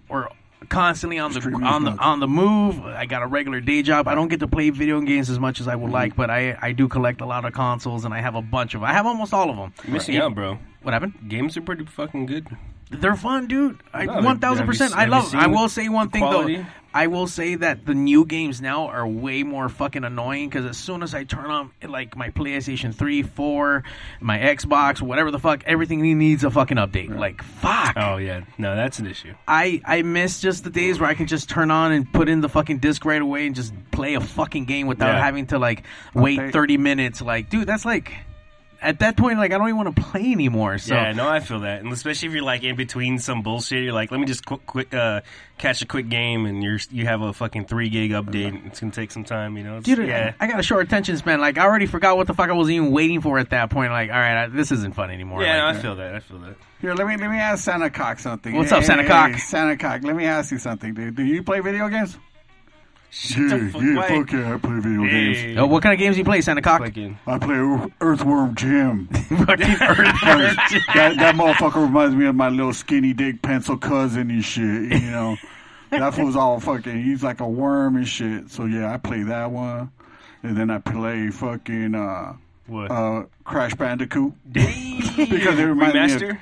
Speaker 5: We're constantly on the
Speaker 4: Streaming
Speaker 5: on the
Speaker 4: is not-
Speaker 5: on the move. I got a regular day job. I don't get to play video games as much as I
Speaker 3: Mm-hmm.
Speaker 5: would like, but I I do collect a lot of consoles and I have a bunch of. I have almost all of them.
Speaker 3: You're missing out, bro.
Speaker 5: What happened?
Speaker 3: Games are pretty fucking good.
Speaker 5: They're fun, dude. I
Speaker 3: No, they-
Speaker 5: one thousand percent.
Speaker 3: have you-
Speaker 5: I
Speaker 3: have you
Speaker 5: love. I
Speaker 3: seen
Speaker 5: will say one
Speaker 3: the
Speaker 5: thing though.
Speaker 3: quality?
Speaker 5: I will say that the new games now are way more fucking annoying because as soon as I turn on like my PlayStation Three, Four, my Xbox, whatever the fuck, everything needs a fucking update. Like fuck.
Speaker 3: Oh yeah, no, that's an issue.
Speaker 5: I I miss just the days where I can just turn on and put in the fucking disc right away and just play a fucking game without
Speaker 3: Yeah.
Speaker 5: having to like wait
Speaker 4: Update.
Speaker 5: thirty minutes. Like, dude, that's like. At that point, like I don't even want to play anymore. So
Speaker 3: Yeah, no, I feel that, and especially if you're like in between some bullshit, you're like, let me just quick, quick uh, catch a quick game, and you're you have a fucking three gig update. and It's gonna take some time, you know. It's-
Speaker 5: Dude,
Speaker 3: yeah,
Speaker 5: I got a short attention span. Like, I already forgot what the fuck I was even waiting for at that point. Like, all right, I, this isn't fun anymore.
Speaker 3: yeah, no,
Speaker 5: Like,
Speaker 3: I feel that. I feel that.
Speaker 4: Here, let me let me ask Santa Cock something.
Speaker 5: What's up, Santa Cock?
Speaker 4: Santa Cock, let me ask you something, dude. Do you play video games?
Speaker 3: Shut the fuck- why-
Speaker 4: yeah, I play video
Speaker 3: Hey.
Speaker 5: Oh, what kind of games do you play, Santa Cock?
Speaker 3: Fucking-
Speaker 4: I play Ear-
Speaker 5: *laughs*
Speaker 4: Earthworm Jim.
Speaker 5: Fucking Earth.
Speaker 4: that, that motherfucker reminds me of my little skinny dick pencil cousin and shit. You know,
Speaker 5: *laughs*
Speaker 4: that fool's all fucking. He's like a worm and shit. So yeah, I play that one, and then I play fucking uh,
Speaker 3: What?
Speaker 4: uh, Crash Bandicoot
Speaker 3: *laughs* because *laughs*
Speaker 4: it reminded me of-
Speaker 3: remaster.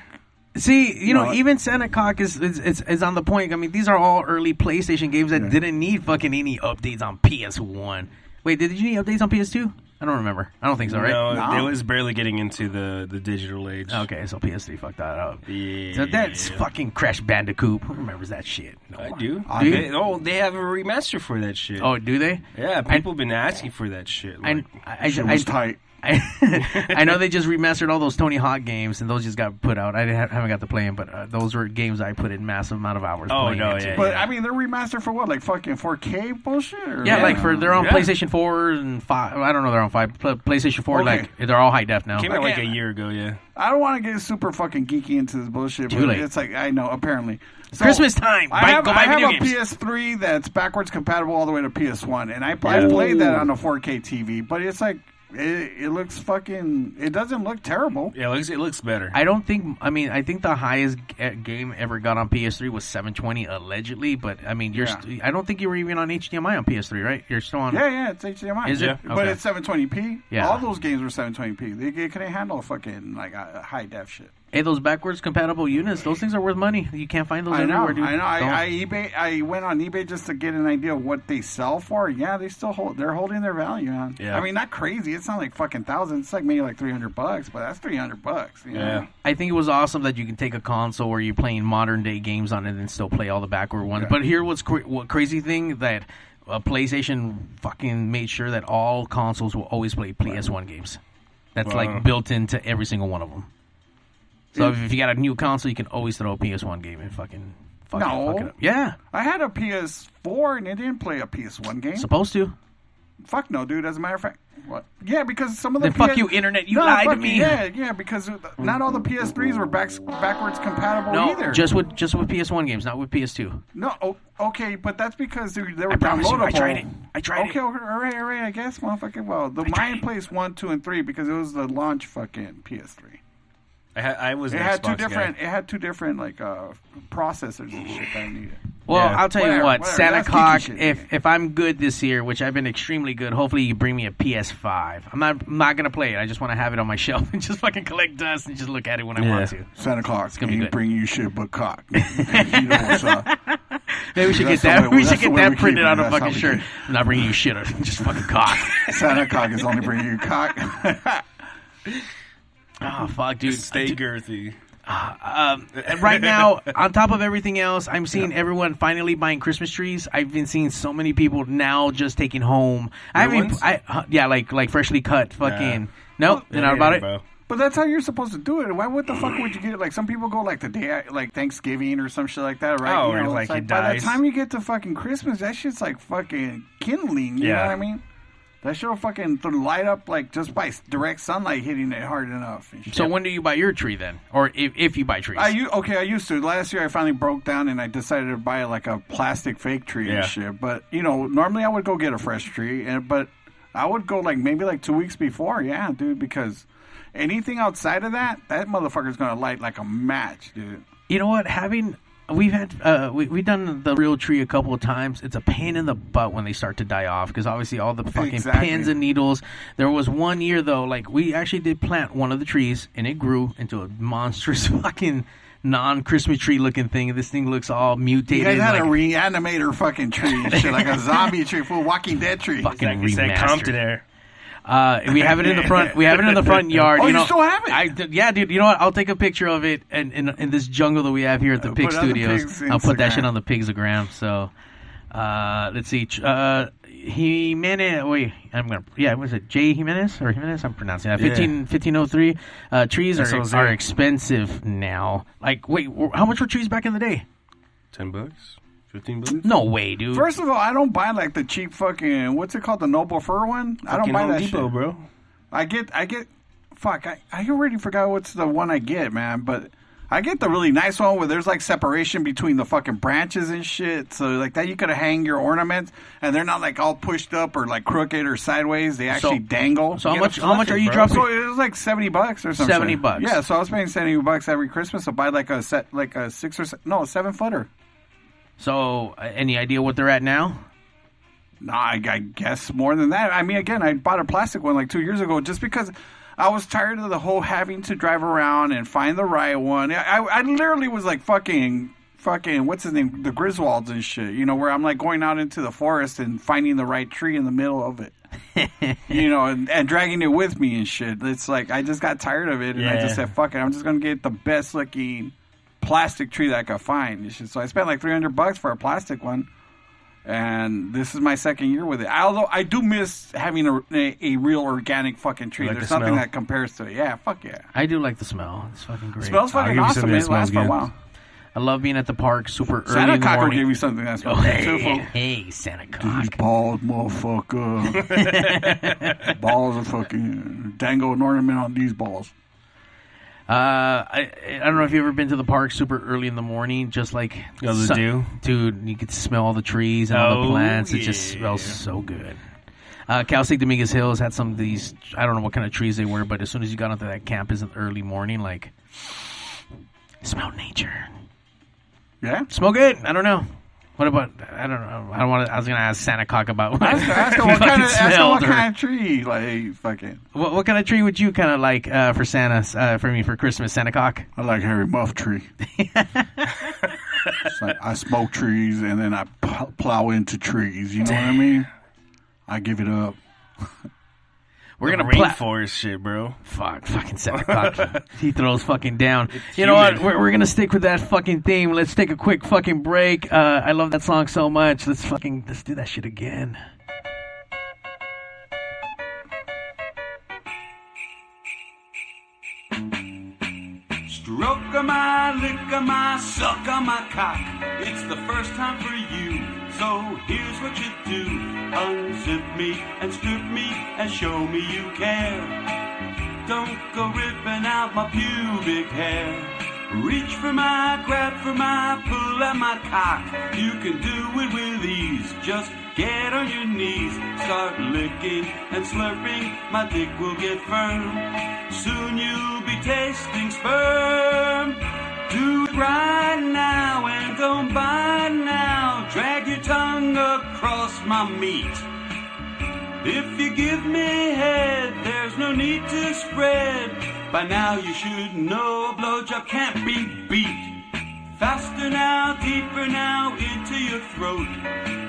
Speaker 5: See, you know,
Speaker 4: No, I-
Speaker 5: even Santa Cock is, is, is, is on the point. I mean, these are all early PlayStation games that didn't need fucking any updates on PS1. Wait, did you need updates on PS2? I don't remember. I don't think so, right?
Speaker 3: No,
Speaker 4: No.
Speaker 3: it was barely getting into the the digital age.
Speaker 5: Okay, so PS3 fucked that up.
Speaker 3: Yeah.
Speaker 5: So that's fucking Crash Bandicoot. Who remembers that shit? No
Speaker 3: I
Speaker 5: one.
Speaker 3: do.
Speaker 5: do.
Speaker 3: They, oh, they have a remaster for that shit.
Speaker 5: Oh, do they?
Speaker 3: yeah, people been asking for that shit. Like,
Speaker 5: And I, I,
Speaker 4: Shit
Speaker 5: I,
Speaker 4: was tight.
Speaker 5: I, *laughs* I know they just remastered all those Tony Hawk games, and those just got put out. I didn't have, haven't got to play them, but uh, those were games I put in massive amount of hours.
Speaker 3: Oh,
Speaker 5: playing
Speaker 3: no,
Speaker 5: into.
Speaker 3: yeah,
Speaker 4: But I mean, they're remastered for what, like fucking 4K bullshit? Or
Speaker 5: Yeah, like for they're on
Speaker 3: Yeah.
Speaker 5: PlayStation Four and five. I don't know they're on five. Pl- PlayStation Four,
Speaker 4: Okay.
Speaker 5: like they're all high def now.
Speaker 3: Came out like a
Speaker 4: Again.
Speaker 3: year ago, yeah.
Speaker 4: I don't want to get super fucking geeky into this bullshit,
Speaker 5: Too
Speaker 4: but
Speaker 5: late.
Speaker 4: it's like I know apparently So,
Speaker 5: Christmas time.
Speaker 4: I
Speaker 5: Buy-
Speaker 4: have,
Speaker 5: go buy
Speaker 4: I have
Speaker 5: video
Speaker 4: a
Speaker 5: games.
Speaker 4: PS3 that's backwards compatible all the way to PS1, and I, I played that on a 4K TV, but it's like it, it looks fucking. It doesn't look terrible.
Speaker 3: Yeah, it looks it looks better.
Speaker 5: I don't think. I mean, I think the highest g- eh, game ever got on PS3 was 720 allegedly. But I mean, you're.
Speaker 4: Yeah.
Speaker 5: St- I don't think you were even on HDMI on PS3, right? You're still on.
Speaker 4: Yeah, yeah, it's HDMI.
Speaker 5: Is it?
Speaker 4: But
Speaker 5: Okay.
Speaker 4: it's 720p.
Speaker 5: Yeah.
Speaker 4: All those games were 720p. They, they couldn't handle fucking like uh, high def shit.
Speaker 5: Hey, those backwards compatible units. Those things are worth money. You can't find those
Speaker 4: I
Speaker 5: anywhere,
Speaker 4: know, I
Speaker 5: dude.
Speaker 4: know.
Speaker 5: Don't.
Speaker 4: I, I eBay. I went on eBay just to get an idea of what they sell for. Yeah, they still hold. They're holding their value on.
Speaker 3: Yeah.
Speaker 4: I mean, not crazy. It's not like fucking thousands. It's like maybe like three hundred bucks, but that's three hundred bucks. you know?
Speaker 3: Yeah.
Speaker 5: I think it was awesome that you can take a console where you're playing modern day games on it and still play all the backward ones. But here, what's cra- what crazy thing that uh, PlayStation fucking made sure that all consoles will always play PS1 games. That's
Speaker 3: Wow.
Speaker 5: like built into every single one of them. So if, if you got a new console, you can always throw a PS1 game and fucking fuck it,
Speaker 4: No.
Speaker 5: fuck it up. Yeah,
Speaker 4: I had a PS4 and it didn't play a PS1 game.
Speaker 5: supposed to.
Speaker 4: fuck no, dude. As a matter of fact, what? Yeah, because some of the
Speaker 5: Then fuck
Speaker 4: PS
Speaker 5: you, internet. You
Speaker 4: No,
Speaker 5: lied to
Speaker 4: fuck-
Speaker 5: me.
Speaker 4: Yeah, yeah, because not all the PS3s were back, backwards compatible
Speaker 5: No,
Speaker 4: either.
Speaker 5: just with just with PS1 games, not with PS2.
Speaker 4: No, oh, okay, but that's because they, they were
Speaker 5: promise you,
Speaker 4: downloadable.
Speaker 5: I tried it. I tried
Speaker 4: okay,
Speaker 5: it.
Speaker 4: Okay, all right, all right. I guess, motherfucking well, the
Speaker 5: tried
Speaker 4: mine
Speaker 5: it.
Speaker 4: plays one, two, and three because it was the launch fucking PS3.
Speaker 3: I, ha- I was
Speaker 4: It
Speaker 3: an
Speaker 4: had
Speaker 3: Xbox
Speaker 4: two different.
Speaker 3: guy.
Speaker 4: It had two different like uh, processors and shit that I needed.
Speaker 5: Well,
Speaker 3: Yeah.
Speaker 5: I'll tell you
Speaker 4: Whatever,
Speaker 5: what,
Speaker 4: whatever.
Speaker 5: Santa
Speaker 4: That's
Speaker 5: Cock.
Speaker 4: geeky shit.
Speaker 5: If if I'm good this year, which I've been extremely good, hopefully you bring me a PS5. I'm not I'm not gonna play it. I just want to have it on my *laughs* shelf and just fucking collect dust and just look at it when I want
Speaker 3: Yeah.
Speaker 5: to.
Speaker 4: Santa Claus,
Speaker 5: gonna be
Speaker 4: you
Speaker 5: good.
Speaker 4: bring you shit but cock? *laughs* you know what's up.
Speaker 5: Maybe we should
Speaker 4: That's
Speaker 5: get
Speaker 4: the
Speaker 5: that. *laughs* we
Speaker 4: way- that's
Speaker 5: should
Speaker 4: the
Speaker 5: get
Speaker 4: way we
Speaker 5: that
Speaker 4: keep
Speaker 5: printed
Speaker 4: it.
Speaker 5: on a
Speaker 4: That's how
Speaker 5: fucking
Speaker 4: we
Speaker 5: shirt.
Speaker 4: do
Speaker 5: I'm not bringing you shit. I'm just fucking
Speaker 4: *laughs*
Speaker 5: cock.
Speaker 4: Santa Cock is only bringing you cock.
Speaker 5: oh fuck, dude.
Speaker 3: Stay girthy.
Speaker 5: Um, and right
Speaker 4: *laughs*
Speaker 5: now, on top of everything else, I'm seeing everyone finally buying Christmas trees. I've been seeing so many people now just taking home. I
Speaker 3: New
Speaker 5: haven't. even-
Speaker 3: ones?
Speaker 5: I huh, yeah, like like freshly cut. Fucking nope. they're not about it.
Speaker 3: Bro.
Speaker 4: But that's how you're supposed to do it. Why? What the fuck would you get? Like some people go like the day, like Thanksgiving or some shit like that, right?
Speaker 3: Oh,
Speaker 4: You
Speaker 3: or
Speaker 4: know,
Speaker 3: like
Speaker 4: it's
Speaker 3: it
Speaker 4: by the
Speaker 3: dies.
Speaker 4: time you get to fucking Christmas, that shit's like fucking kindling. You
Speaker 3: Yeah.
Speaker 4: know what I mean? That shit will fucking th- light up like just by s- direct sunlight hitting it hard enough. and shit.
Speaker 5: So when do you buy your tree then, or if, if you buy trees?
Speaker 4: I u- okay, I used to. Last year, I finally broke down and I decided to buy like a plastic fake tree
Speaker 3: Yeah.
Speaker 4: and shit. But you know, normally I would go get a fresh tree, and but I would go like maybe like two weeks before. Yeah, dude, because anything outside of that, that motherfucker's gonna light like a match, dude.
Speaker 5: you know what? Having we've had uh, we we've done the real tree a couple of times. It's a pain in the butt when they start to die off because obviously all the fucking
Speaker 4: Exactly.
Speaker 5: pins and needles. There was one year though, like we actually did plant one of the trees and it grew into a monstrous *laughs* fucking non-Christmas tree looking thing. This thing looks all mutated,
Speaker 4: You guys had
Speaker 5: like
Speaker 4: a reanimator fucking tree and shit, *laughs* like a zombie tree, full Walking Dead tree.
Speaker 5: fucking
Speaker 3: Like, it's that
Speaker 5: remastered.
Speaker 3: Compton air.
Speaker 5: Uh, we have it in the front. We have it in the front yard.
Speaker 4: *laughs* Oh, you
Speaker 5: know,
Speaker 4: still have it?
Speaker 5: I, d- yeah, dude. You know what? I'll take a picture of it and in, in this jungle that we have here at the Pig
Speaker 4: Uh, put it on the
Speaker 5: Studios.
Speaker 4: Pigs
Speaker 5: I'll put that
Speaker 4: Instagram.
Speaker 5: shit on the Pigsagram. So, uh, let's see. Ch- Uh, Jimenez. Wait, I'm gonna. Yeah, what is it? J Jimenez or Jimenez? I'm pronouncing that. 15, 1503. Uh, trees
Speaker 3: SOZ.
Speaker 5: are, are expensive now. Like, wait, wh- how much were trees back in the day?
Speaker 3: Ten bucks, fifteen bucks.
Speaker 5: No way, dude.
Speaker 4: First of all, I don't buy like the cheap fucking what's it called, the noble fur one. I don't
Speaker 3: Fucking
Speaker 4: buy
Speaker 3: Home
Speaker 4: that
Speaker 3: Depot,
Speaker 4: shit.
Speaker 3: bro.
Speaker 4: I get, I get, fuck, I, I already forgot what's the one I get, man, but I get the really nice one where there's like separation between the fucking branches and shit. So, like, that you could hang your ornaments and they're not like all pushed up or like crooked or sideways. They actually dangle.
Speaker 5: so how
Speaker 4: Get
Speaker 5: much?
Speaker 4: a
Speaker 5: How much
Speaker 4: fucking-
Speaker 5: are you
Speaker 3: bro.
Speaker 5: dropping?
Speaker 4: So it was like seventy bucks or something.
Speaker 5: 70 bucks.
Speaker 4: Yeah, so I was paying seventy bucks every Christmas to buy like a set, like a six or se- no a seven footer.
Speaker 5: So, uh, any idea what they're at now?
Speaker 4: No, I, I guess more than that. I mean, again, I bought a plastic one like two years ago just because I was tired of the whole having to drive around and find the right one. I, I, I literally was like fucking, fucking, what's his name? The Griswolds and shit, you know, where I'm like going out into the forest and finding the right tree in the middle of it. you know, and, and dragging it with me and shit. It's like I just got tired of it, and I
Speaker 3: Yeah.
Speaker 4: just said, "Fuck it, I'm just gonna get the best looking plastic tree that I could find." And shit. So I spent like 300 bucks for a plastic one, and this is my second year with it. Although I do miss having a, a, a real organic fucking tree.
Speaker 3: Like
Speaker 4: There's
Speaker 3: the
Speaker 4: nothing
Speaker 3: smell?
Speaker 4: that compares to it. Yeah, fuck yeah.
Speaker 5: I do like the smell. It's fucking great.
Speaker 4: Smells
Speaker 3: I'll
Speaker 4: fucking
Speaker 3: give you
Speaker 4: awesome.
Speaker 3: something that
Speaker 4: It lasts
Speaker 3: smells
Speaker 4: for a
Speaker 3: good.
Speaker 4: while.
Speaker 5: I love being at the park super early
Speaker 4: Santa
Speaker 5: in the
Speaker 4: Cocker
Speaker 5: morning.
Speaker 4: gave me something that smells
Speaker 5: Oh,
Speaker 4: good
Speaker 5: hey,
Speaker 4: too. fool.
Speaker 5: hey, Santa Cock.
Speaker 4: Bald motherfucker.
Speaker 3: *laughs*
Speaker 4: balls are fucking dangle an ornament on these balls.
Speaker 5: Uh, I, I don't know if you've ever been to the park super early in the morning, just like
Speaker 3: Oh, the dew?
Speaker 5: dude. You could smell all the trees and all the
Speaker 3: Oh,
Speaker 5: plants. It just
Speaker 3: yeah.
Speaker 5: smells so good. Uh, Cal State Dominguez Hills had some of these. I don't know what kind of trees they were, but as soon as you got onto that campus in the early morning, like smell nature,
Speaker 4: Yeah?
Speaker 5: smell good. I don't know. What about? I don't know. I don't want. to. I was gonna ask Santa Cock about what,
Speaker 4: Ask her,
Speaker 5: *laughs*
Speaker 4: ask her what,
Speaker 5: fucking
Speaker 4: kind of, ask her what
Speaker 5: smelled or-
Speaker 4: kind of tree. Like, fucking.
Speaker 5: What, what kind of tree would you kind of like uh, for Santa? Uh, for me for Christmas, Santa Cock.
Speaker 4: I like Harry
Speaker 5: *laughs*
Speaker 4: Muff tree. it's like I smoke trees and then I p- plow into trees. You know what I mean? I give it up.
Speaker 5: We're gonna pla-
Speaker 3: rainforest shit, bro.
Speaker 5: Fuck, fucking Santa Cock. *laughs* he throws fucking down. you know
Speaker 3: humid.
Speaker 5: what? We're, we're gonna stick with that fucking theme. Let's take a quick fucking break. Uh, I love that song so much. Let's fucking let's do that shit again.
Speaker 2: Stroke of my, lick of my, suck of my cock. It's the first time for you, so here's what you do. Unzip me and strip me and show me you care. Don't go ripping out my pubic hair. Reach for my, grab for my, pull at my cock. You can do it with ease. Just get on your knees, start licking and slurping. My dick will get firm. Soon you'll be tasting sperm. Do it right now and don't bite now. Drag your tongue across my meat. If you give me head, there's no need to spread. By now you should know a blowjob can't be beat. Faster now, deeper now, into your throat.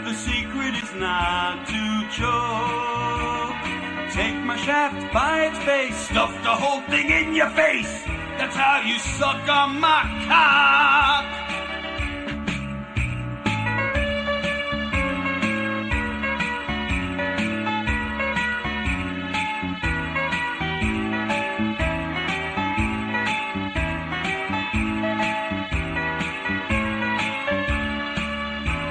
Speaker 2: The secret is not to choke. Take my shaft by its base, stuff the whole thing in your face. That's how you suck on my cock.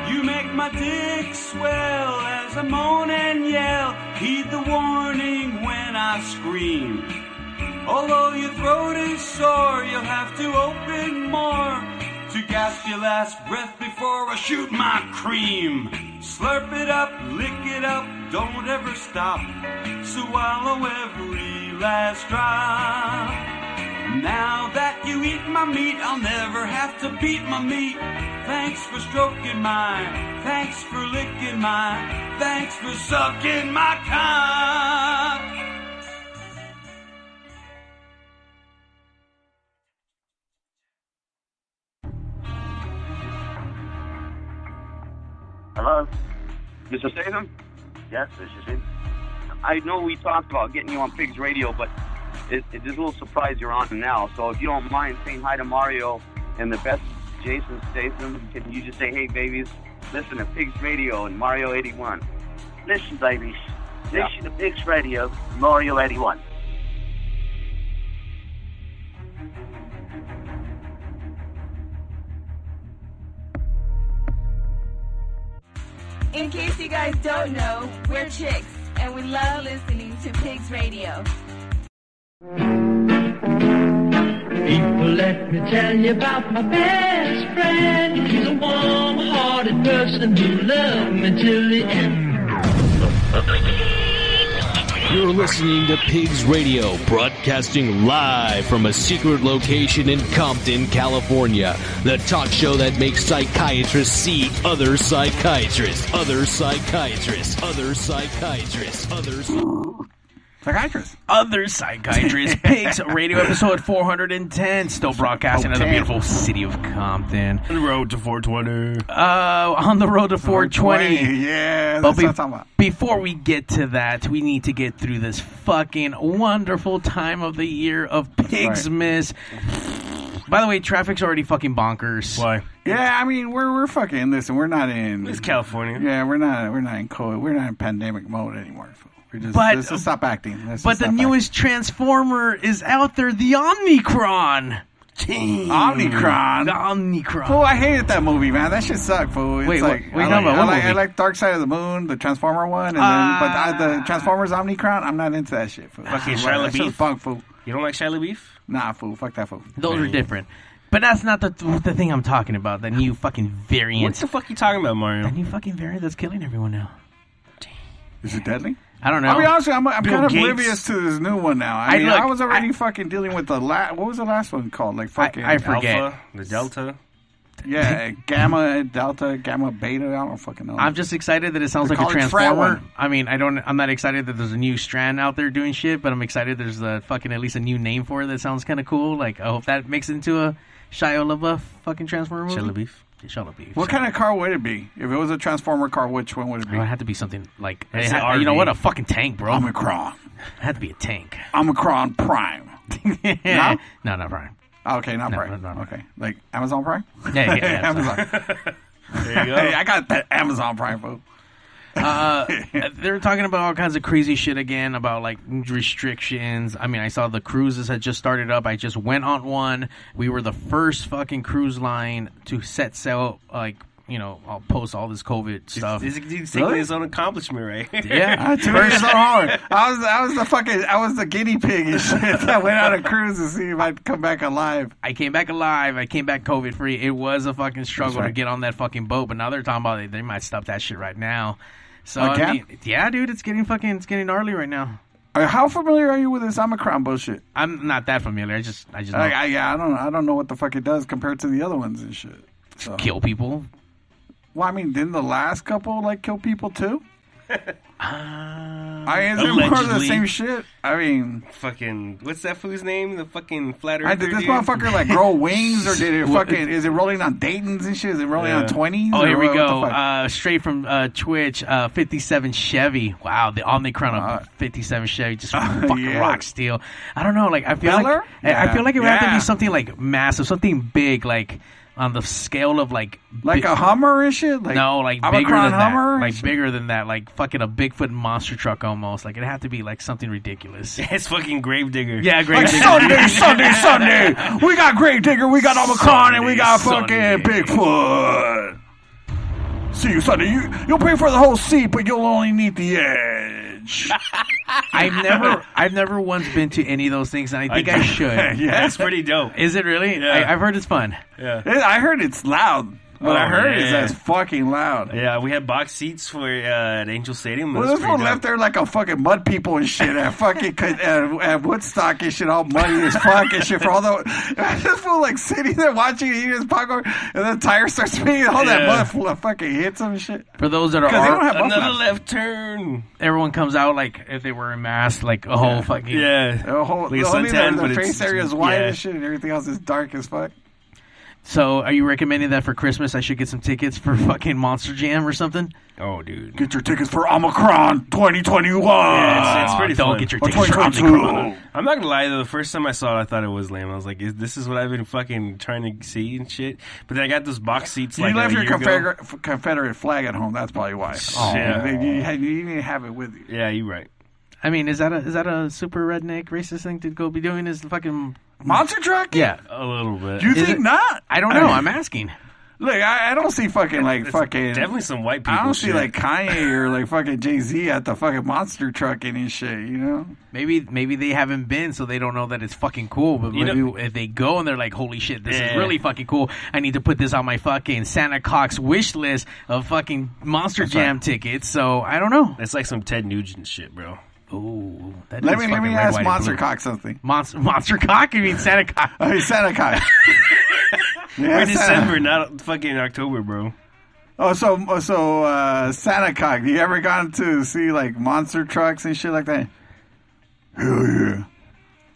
Speaker 2: You make my dick swell as I moan and yell. Heed the warning when I scream. Although your throat is sore, you'll have to open more to gasp your last breath before I shoot my cream. Slurp it up, lick it up, don't ever stop. Swallow every last drop. Now that you eat my meat, I'll never have to beat my meat. Thanks for stroking my, thanks for licking my, thanks for sucking my cock.
Speaker 8: Hello? Mr. Statham? Yes, this is him. I know we talked about getting you on Pigs Radio, but it, it is a little surprise you're on now. So if you don't mind saying hi to Mario and the best Jason Statham, can you just say, hey, babies, listen to Pigs Radio and Mario 81? Listen, babies, listen to Pigs Radio, Mario 81.
Speaker 9: In case you guys don't know, we're chicks, and we love listening to Pigs Radio.
Speaker 6: People, let me tell you about my best friend. He's a warm-hearted person who loved me till the end.
Speaker 7: You're listening to Pigs Radio, broadcasting live from a secret location in Compton, California. The talk show that makes psychiatrists see other psychiatrists, other psychiatrists, other psychiatrists, other
Speaker 4: Psychiatrist.
Speaker 5: Other *laughs* psychiatrist pigs radio episode 410, still broadcasting out of the beautiful city of Compton.
Speaker 3: On the road to 420.
Speaker 5: Uh, on the road to 420. But
Speaker 4: Yeah, that's
Speaker 5: be-
Speaker 4: what I'm talking about.
Speaker 5: before we get to that, we need to get through this fucking wonderful time of the year of Pigsmas. By the way, traffic's already fucking bonkers.
Speaker 3: Why?
Speaker 4: Yeah, I mean we're we're fucking listen. We're not in.
Speaker 3: It's California.
Speaker 4: Yeah, we're not we're not in COVID. We're not in pandemic mode anymore. fool. We're just,
Speaker 5: But-
Speaker 4: let's just stop acting. Let's just
Speaker 5: But the
Speaker 4: stop
Speaker 5: newest Transformer is out there, the Omnicron.
Speaker 4: acting.
Speaker 5: The
Speaker 4: Omnicron.
Speaker 5: Omnicron.
Speaker 4: Oh, I hated that movie, man. That shit sucked, fool. It's
Speaker 5: Wait,
Speaker 4: like,
Speaker 5: what- wait,
Speaker 4: I
Speaker 5: no,
Speaker 4: like,
Speaker 5: but
Speaker 4: I,
Speaker 5: what
Speaker 4: like, I
Speaker 5: movie?
Speaker 4: like Dark Side of the Moon, the Transformer one, and then but I,
Speaker 5: Ah.
Speaker 4: the Transformers Omnicron. I'm not into that shit, fool.
Speaker 3: Fucking
Speaker 4: That
Speaker 3: Shia
Speaker 4: shit's
Speaker 3: LaBeouf.
Speaker 4: punk, fool.
Speaker 3: You don't like Shia LaBeouf?
Speaker 4: Nah, fool. Fuck that, fool.
Speaker 5: Those are different. But that's not the the thing I'm talking about. The new fucking
Speaker 3: What
Speaker 5: variant.
Speaker 3: the fuck you talking about, Mario?
Speaker 5: *laughs* That new fucking variant that's killing everyone now.
Speaker 4: Is it deadly?
Speaker 5: I don't know.
Speaker 4: I'll be honest with you, I'm, I'm
Speaker 3: Bill
Speaker 4: kind of
Speaker 3: Gates.
Speaker 4: oblivious to this new one now. I
Speaker 5: I-
Speaker 4: mean,
Speaker 5: look,
Speaker 4: I was already fucking dealing with the last. What was the last one called? Like fucking
Speaker 5: I forget.
Speaker 3: Alpha, Uh, the Delta.
Speaker 4: Yeah, gamma, delta, gamma, beta. I don't fucking know.
Speaker 5: I'm just excited that it sounds
Speaker 4: They
Speaker 5: like a
Speaker 4: call it frat
Speaker 5: transformer.
Speaker 4: one.
Speaker 5: I mean, I don't. I'm not excited that there's a new strand out there doing shit, but I'm excited there's a fucking at least a new name for it that sounds kind of cool. Like I hope that makes it into a Shia LaBeouf fucking transformer movie.
Speaker 3: Shia LaBeouf.
Speaker 5: Shia LaBeouf.
Speaker 4: what kind of car would it be? If it was a transformer car, which one would it
Speaker 5: Oh,
Speaker 4: be?
Speaker 5: it had to be something like
Speaker 3: I
Speaker 5: it
Speaker 3: said
Speaker 5: had- you know
Speaker 3: RV.
Speaker 5: what a fucking tank, bro. It
Speaker 4: Omicron.
Speaker 5: had to be a tank.
Speaker 4: Omicron Prime.
Speaker 5: no, *laughs* no, not Brian.
Speaker 4: Oh, Okay, not Prime.
Speaker 5: no, no.
Speaker 4: Okay, like Amazon Prime.
Speaker 5: Yeah, yeah, yeah. so-
Speaker 4: Amazon.
Speaker 3: There you go.
Speaker 4: hey, I got that Amazon Prime. Fool.
Speaker 5: Uh, they're talking about all kinds of crazy shit again about like restrictions. I mean, I saw the cruises had just started up. I just went on one. We were the first fucking cruise line to set sail. Like you know, I'll post all this COVID stuff.
Speaker 3: This dude's taking his own accomplishment, right? here.
Speaker 4: *laughs*
Speaker 5: yeah,
Speaker 4: Two years on hard. I was, I was the fucking, I was the guinea pig and shit. I went on a cruise to see if I'd come back alive.
Speaker 5: I came back alive. I came back COVID free. It was a fucking struggle to
Speaker 4: right.
Speaker 5: get on that fucking boat, but now they're talking about it. they might stop that shit right now. So I
Speaker 4: Again?
Speaker 5: mean, yeah, dude, it's getting fucking it's getting gnarly right now.
Speaker 4: Uh, How familiar are you with this Omicron bullshit?
Speaker 5: I'm not that familiar. I just I just know
Speaker 4: Like, I, yeah, I don't, I don't know what the fuck it does compared to the other ones and shit. So,
Speaker 5: kill people.
Speaker 4: well, I mean, didn't the last couple like kill
Speaker 5: *laughs*
Speaker 4: people too? I mean, is it more of the
Speaker 3: Allegedly.
Speaker 4: same shit? I mean,
Speaker 3: Fucking what's that fool's name? The fucking flat earther.
Speaker 4: I, did this
Speaker 3: dude? *laughs*
Speaker 4: motherfucker
Speaker 5: *laughs*
Speaker 4: like grow wings or did it fucking? Is it rolling on Dayton's and shit? Is it rolling
Speaker 3: Yeah.
Speaker 4: on twenties?
Speaker 5: Oh, here we go. Uh, straight from uh, Twitch, uh, 57 Chevy. Wow, the Omnicron
Speaker 4: Uh,
Speaker 5: of 57 Chevy just fucking
Speaker 4: *laughs* yeah.
Speaker 5: rock steel. I don't know. Like I feel
Speaker 4: Beller?
Speaker 5: like I- I
Speaker 4: Yeah.
Speaker 5: feel like it would have to
Speaker 4: Yeah.
Speaker 5: be something like massive, something big, like on the scale of like
Speaker 4: like
Speaker 5: bi-
Speaker 4: a Hummer and shit. Like
Speaker 5: no, like
Speaker 4: Omicron
Speaker 5: bigger than
Speaker 4: Hummer.
Speaker 5: that,
Speaker 4: and
Speaker 5: like
Speaker 4: shit?
Speaker 5: bigger than that, like fucking a Bigfoot monster truck almost. Like it had to be like something ridiculous.
Speaker 3: It's fucking Gravedigger.
Speaker 5: *laughs* Yeah, great.
Speaker 4: Like
Speaker 5: big-
Speaker 4: Sunday, Sunday,
Speaker 5: *laughs*
Speaker 4: Sunday. We got Grave Digger, we got Omicron, and we got
Speaker 3: Sunday,
Speaker 4: fucking Bigfoot. See you Sunday. You you'll pay for the whole seat, but you'll only need
Speaker 5: *laughs*
Speaker 4: the edge.
Speaker 5: I've never, I've never once been to any of those things, and I think
Speaker 4: *laughs*
Speaker 3: *laughs*
Speaker 5: I, should.
Speaker 4: yeah,
Speaker 3: That's pretty dope.
Speaker 5: Is it really?
Speaker 3: Yeah.
Speaker 5: I, I've heard it's fun.
Speaker 4: I heard it's loud. What I
Speaker 3: Oh,
Speaker 4: heard is
Speaker 3: yeah.
Speaker 4: that's fucking loud.
Speaker 3: Yeah, we had box seats for uh, at Angel Stadium. It
Speaker 4: Well,
Speaker 3: was
Speaker 4: this
Speaker 3: pretty
Speaker 4: one
Speaker 3: dope.
Speaker 4: left there like a fucking mud people and shit at fucking *laughs* at, at Woodstock and shit, all muddy as fuck and shit for all the. *laughs* I just feel like sitting there watching eating his popcorn, and the tire starts spinning, all
Speaker 3: Yeah.
Speaker 4: that mud f- fucking hits him and shit.
Speaker 5: For those that are,
Speaker 4: Because they
Speaker 5: ar-
Speaker 4: don't have
Speaker 3: Another
Speaker 4: buffalo.
Speaker 3: left turn.
Speaker 5: everyone comes out like if they were a mask, like a whole fucking
Speaker 3: Yeah.
Speaker 4: Oh, The whole
Speaker 3: Like a
Speaker 4: the only
Speaker 3: suntan,
Speaker 4: the,
Speaker 3: but
Speaker 4: the
Speaker 3: it's-
Speaker 4: face area is white
Speaker 3: yeah.
Speaker 4: and shit, and everything else is dark as fuck.
Speaker 5: So, are you recommending that for Christmas? I should get some tickets for fucking Monster Jam or something.
Speaker 3: Oh, dude.
Speaker 4: Get your tickets for Omicron 2021
Speaker 3: Yeah, it's, it's pretty
Speaker 5: Ah, Don't
Speaker 3: fun.
Speaker 5: get your
Speaker 4: or
Speaker 5: tickets. for Omicron.
Speaker 4: 2022.
Speaker 3: I'm not gonna lie though. The first time I saw it, I thought it was lame. I was like, is, "This is what I've been fucking trying to see and shit." But then I got those box seats.
Speaker 4: You
Speaker 3: like,
Speaker 4: left
Speaker 3: a
Speaker 4: your
Speaker 3: year ago.
Speaker 4: Confederate, Confederate flag at home. That's probably why. Oh,
Speaker 3: Yeah.
Speaker 4: man, you, had- you didn't have it with you.
Speaker 3: Yeah, you're right.
Speaker 5: I mean, is that a is that a super redneck racist thing to go be doing? Is the fucking
Speaker 4: Monster truck?
Speaker 5: yeah?
Speaker 3: A little bit.
Speaker 4: You
Speaker 5: Is
Speaker 4: think
Speaker 5: it-
Speaker 4: not?
Speaker 5: I don't know. I'm asking.
Speaker 4: Look, I, I don't see fucking like
Speaker 3: It's
Speaker 4: fucking.
Speaker 3: definitely some white people.
Speaker 4: I don't see
Speaker 3: shit.
Speaker 4: like Kanye or like fucking Jay Z at the fucking monster truck and his shit. You know,
Speaker 5: Maybe maybe they haven't been, so they don't know that it's fucking cool. But
Speaker 3: You know-
Speaker 5: maybe if they go and they're like, "Holy shit, this is
Speaker 3: Yeah.
Speaker 5: really fucking cool! I need to put this on my fucking Santa Cox wish list of fucking Monster Jam tickets." So I don't know.
Speaker 3: That's like some Ted Nugent shit, bro.
Speaker 5: Ooh, that
Speaker 4: let
Speaker 5: is
Speaker 4: me let
Speaker 5: fucking red,
Speaker 4: me
Speaker 5: white,
Speaker 4: ask
Speaker 5: and
Speaker 4: Monster
Speaker 5: blue.
Speaker 4: Cock something.
Speaker 5: Monster, *laughs* monster cock. I mean Santa cock.
Speaker 4: Oh, he's
Speaker 3: *laughs*
Speaker 4: Santa Cock. yeah,
Speaker 3: We're
Speaker 4: Santa-
Speaker 3: December, not fucking October, bro.
Speaker 4: Oh, so oh, so uh, Santa Cock. You ever gone to see like monster trucks and shit like that? Hell yeah!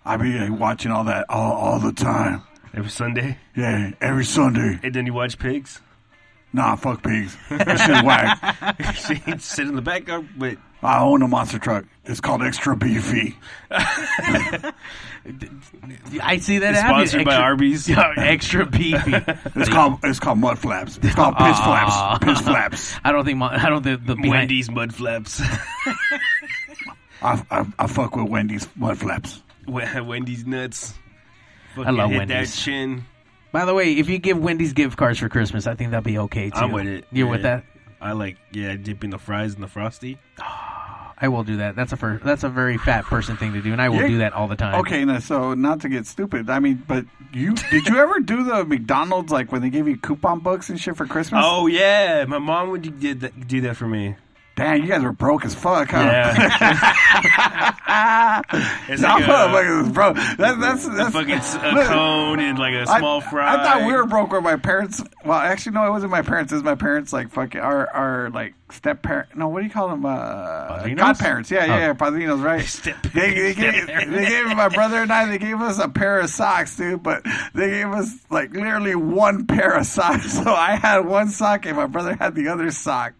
Speaker 4: I be like, watching all that all all the time.
Speaker 3: Every Sunday,
Speaker 4: Yeah, every Sunday.
Speaker 3: and then you watch pigs.
Speaker 4: Nah, fuck pigs. That shit's
Speaker 3: *laughs*
Speaker 4: whack.
Speaker 3: She'd sit in the back of but
Speaker 4: I own a monster truck. It's called Extra Beefy.
Speaker 5: I see that
Speaker 3: It's
Speaker 5: happening.
Speaker 3: sponsored by Arby's.
Speaker 5: *laughs* Yeah, extra beefy.
Speaker 4: It's called it's called Mud Flaps. It's
Speaker 3: *laughs*
Speaker 4: called Piss
Speaker 3: Ah.
Speaker 4: Flaps. Piss Flaps.
Speaker 5: I don't think my, I don't think the behind,
Speaker 3: Wendy's mud flaps. *laughs*
Speaker 4: I, I, I fuck with Wendy's Mud Flaps.
Speaker 3: Wen- Wendy's nuts. Fucking
Speaker 5: love
Speaker 3: hit
Speaker 5: Wendy's.
Speaker 3: that chin.
Speaker 5: By the way, if you give Wendy's gift cards for Christmas, I think that'd be okay too.
Speaker 3: I'm with it.
Speaker 5: You're
Speaker 3: Yeah.
Speaker 5: with that?
Speaker 3: I like yeah, dipping the fries in the frosty.
Speaker 5: I will do that. That's a fir- that's a very fat person thing to do, and I will
Speaker 4: Yeah.
Speaker 5: do that all the time.
Speaker 4: Okay, now, so not to get stupid, I mean, but you did you ever do the McDonald's like when they give you coupon books and shit for Christmas?
Speaker 3: Oh yeah, my mom would did that, do that for me.
Speaker 4: damn, you guys were broke as fuck, huh? *laughs*
Speaker 3: Yeah, it's
Speaker 4: Y'all
Speaker 3: like a,
Speaker 4: motherfuckers is broke. That, that's
Speaker 3: a
Speaker 4: that's
Speaker 3: fucking s- a
Speaker 4: Look,
Speaker 3: cone and like a
Speaker 4: I-
Speaker 3: small fry.
Speaker 4: I thought we were broke when my parents. Well, actually, no, it wasn't my parents. It was my parents, like fucking our our like step parent. No, what do you call them? Uh,
Speaker 5: Padrinos?
Speaker 4: godparents. Yeah, yeah, yeah, padrinos. Right.
Speaker 3: Oh. *laughs* Step-
Speaker 4: they, they, gave, they gave my brother and I. They gave us a pair of socks, dude. But they gave us like literally one pair of socks. *laughs* So I had one sock and my brother had the other sock.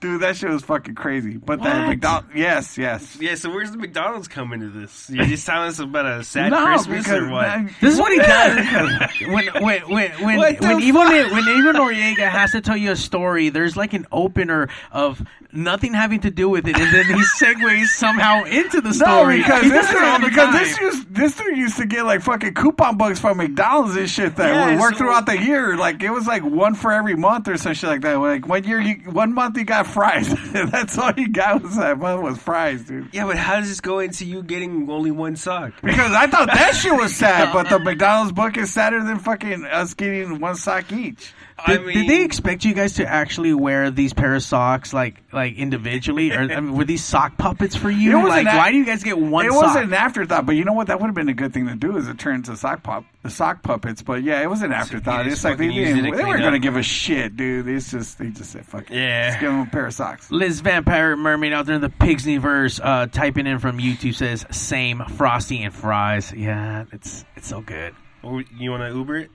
Speaker 4: Dude, that shit was fucking crazy. But that McDonald's. Yes, yes.
Speaker 3: Yeah, so where's the McDonald's coming to this? You're just telling us about a sad
Speaker 4: *laughs* No,
Speaker 3: Christmas or
Speaker 4: because-
Speaker 3: what?
Speaker 5: This is what he does. *laughs* when when when when
Speaker 3: What the
Speaker 5: when even when even Noriega has to tell you a story, there's like an opener of nothing having to do with it, and then he segues somehow into the
Speaker 4: No,
Speaker 5: story.
Speaker 4: because
Speaker 5: He
Speaker 4: this
Speaker 5: does it all
Speaker 4: dude,
Speaker 5: the
Speaker 4: because
Speaker 5: time.
Speaker 4: this used, this dude used to get like fucking coupon books from McDonald's and shit that
Speaker 3: Yeah,
Speaker 4: would work
Speaker 3: so-
Speaker 4: throughout the year. Like it was like one for every month or some shit like that. Like one year, you, one month he got fries. *laughs* That's all he got was that month was fries, dude.
Speaker 3: Yeah, but how does this go into you getting only one sock?
Speaker 4: Because I thought that shit was
Speaker 5: *laughs*
Speaker 4: sad, but the McDonald's book is sadder than fucking us getting one sock each.
Speaker 3: I
Speaker 5: Did,
Speaker 3: mean,
Speaker 5: did they expect you guys to actually wear these pair of socks like like individually, or I mean, were these sock puppets for you?
Speaker 4: It was
Speaker 5: like,
Speaker 4: an act-
Speaker 5: why do you guys get one?
Speaker 4: it
Speaker 5: sock?
Speaker 4: was an afterthought, but you know what? That would have been a good thing to do is it turns to sock pop, the sock puppets. But yeah, it was an afterthought.
Speaker 3: just
Speaker 4: it's like they,
Speaker 3: fucking used
Speaker 4: didn't,
Speaker 3: it
Speaker 4: they
Speaker 3: to
Speaker 4: weren't
Speaker 3: clean
Speaker 4: going to
Speaker 3: up.
Speaker 4: give a shit, dude. It's just they just said fuck it.
Speaker 3: Yeah.
Speaker 4: just give them a pair of socks.
Speaker 5: Liz Vampire Mermaid out there in the Pigsniverse, uh, typing in from YouTube says same frosty and fries. Yeah, it's it's so good. *laughs*
Speaker 3: Or Oh, you want to Uber it?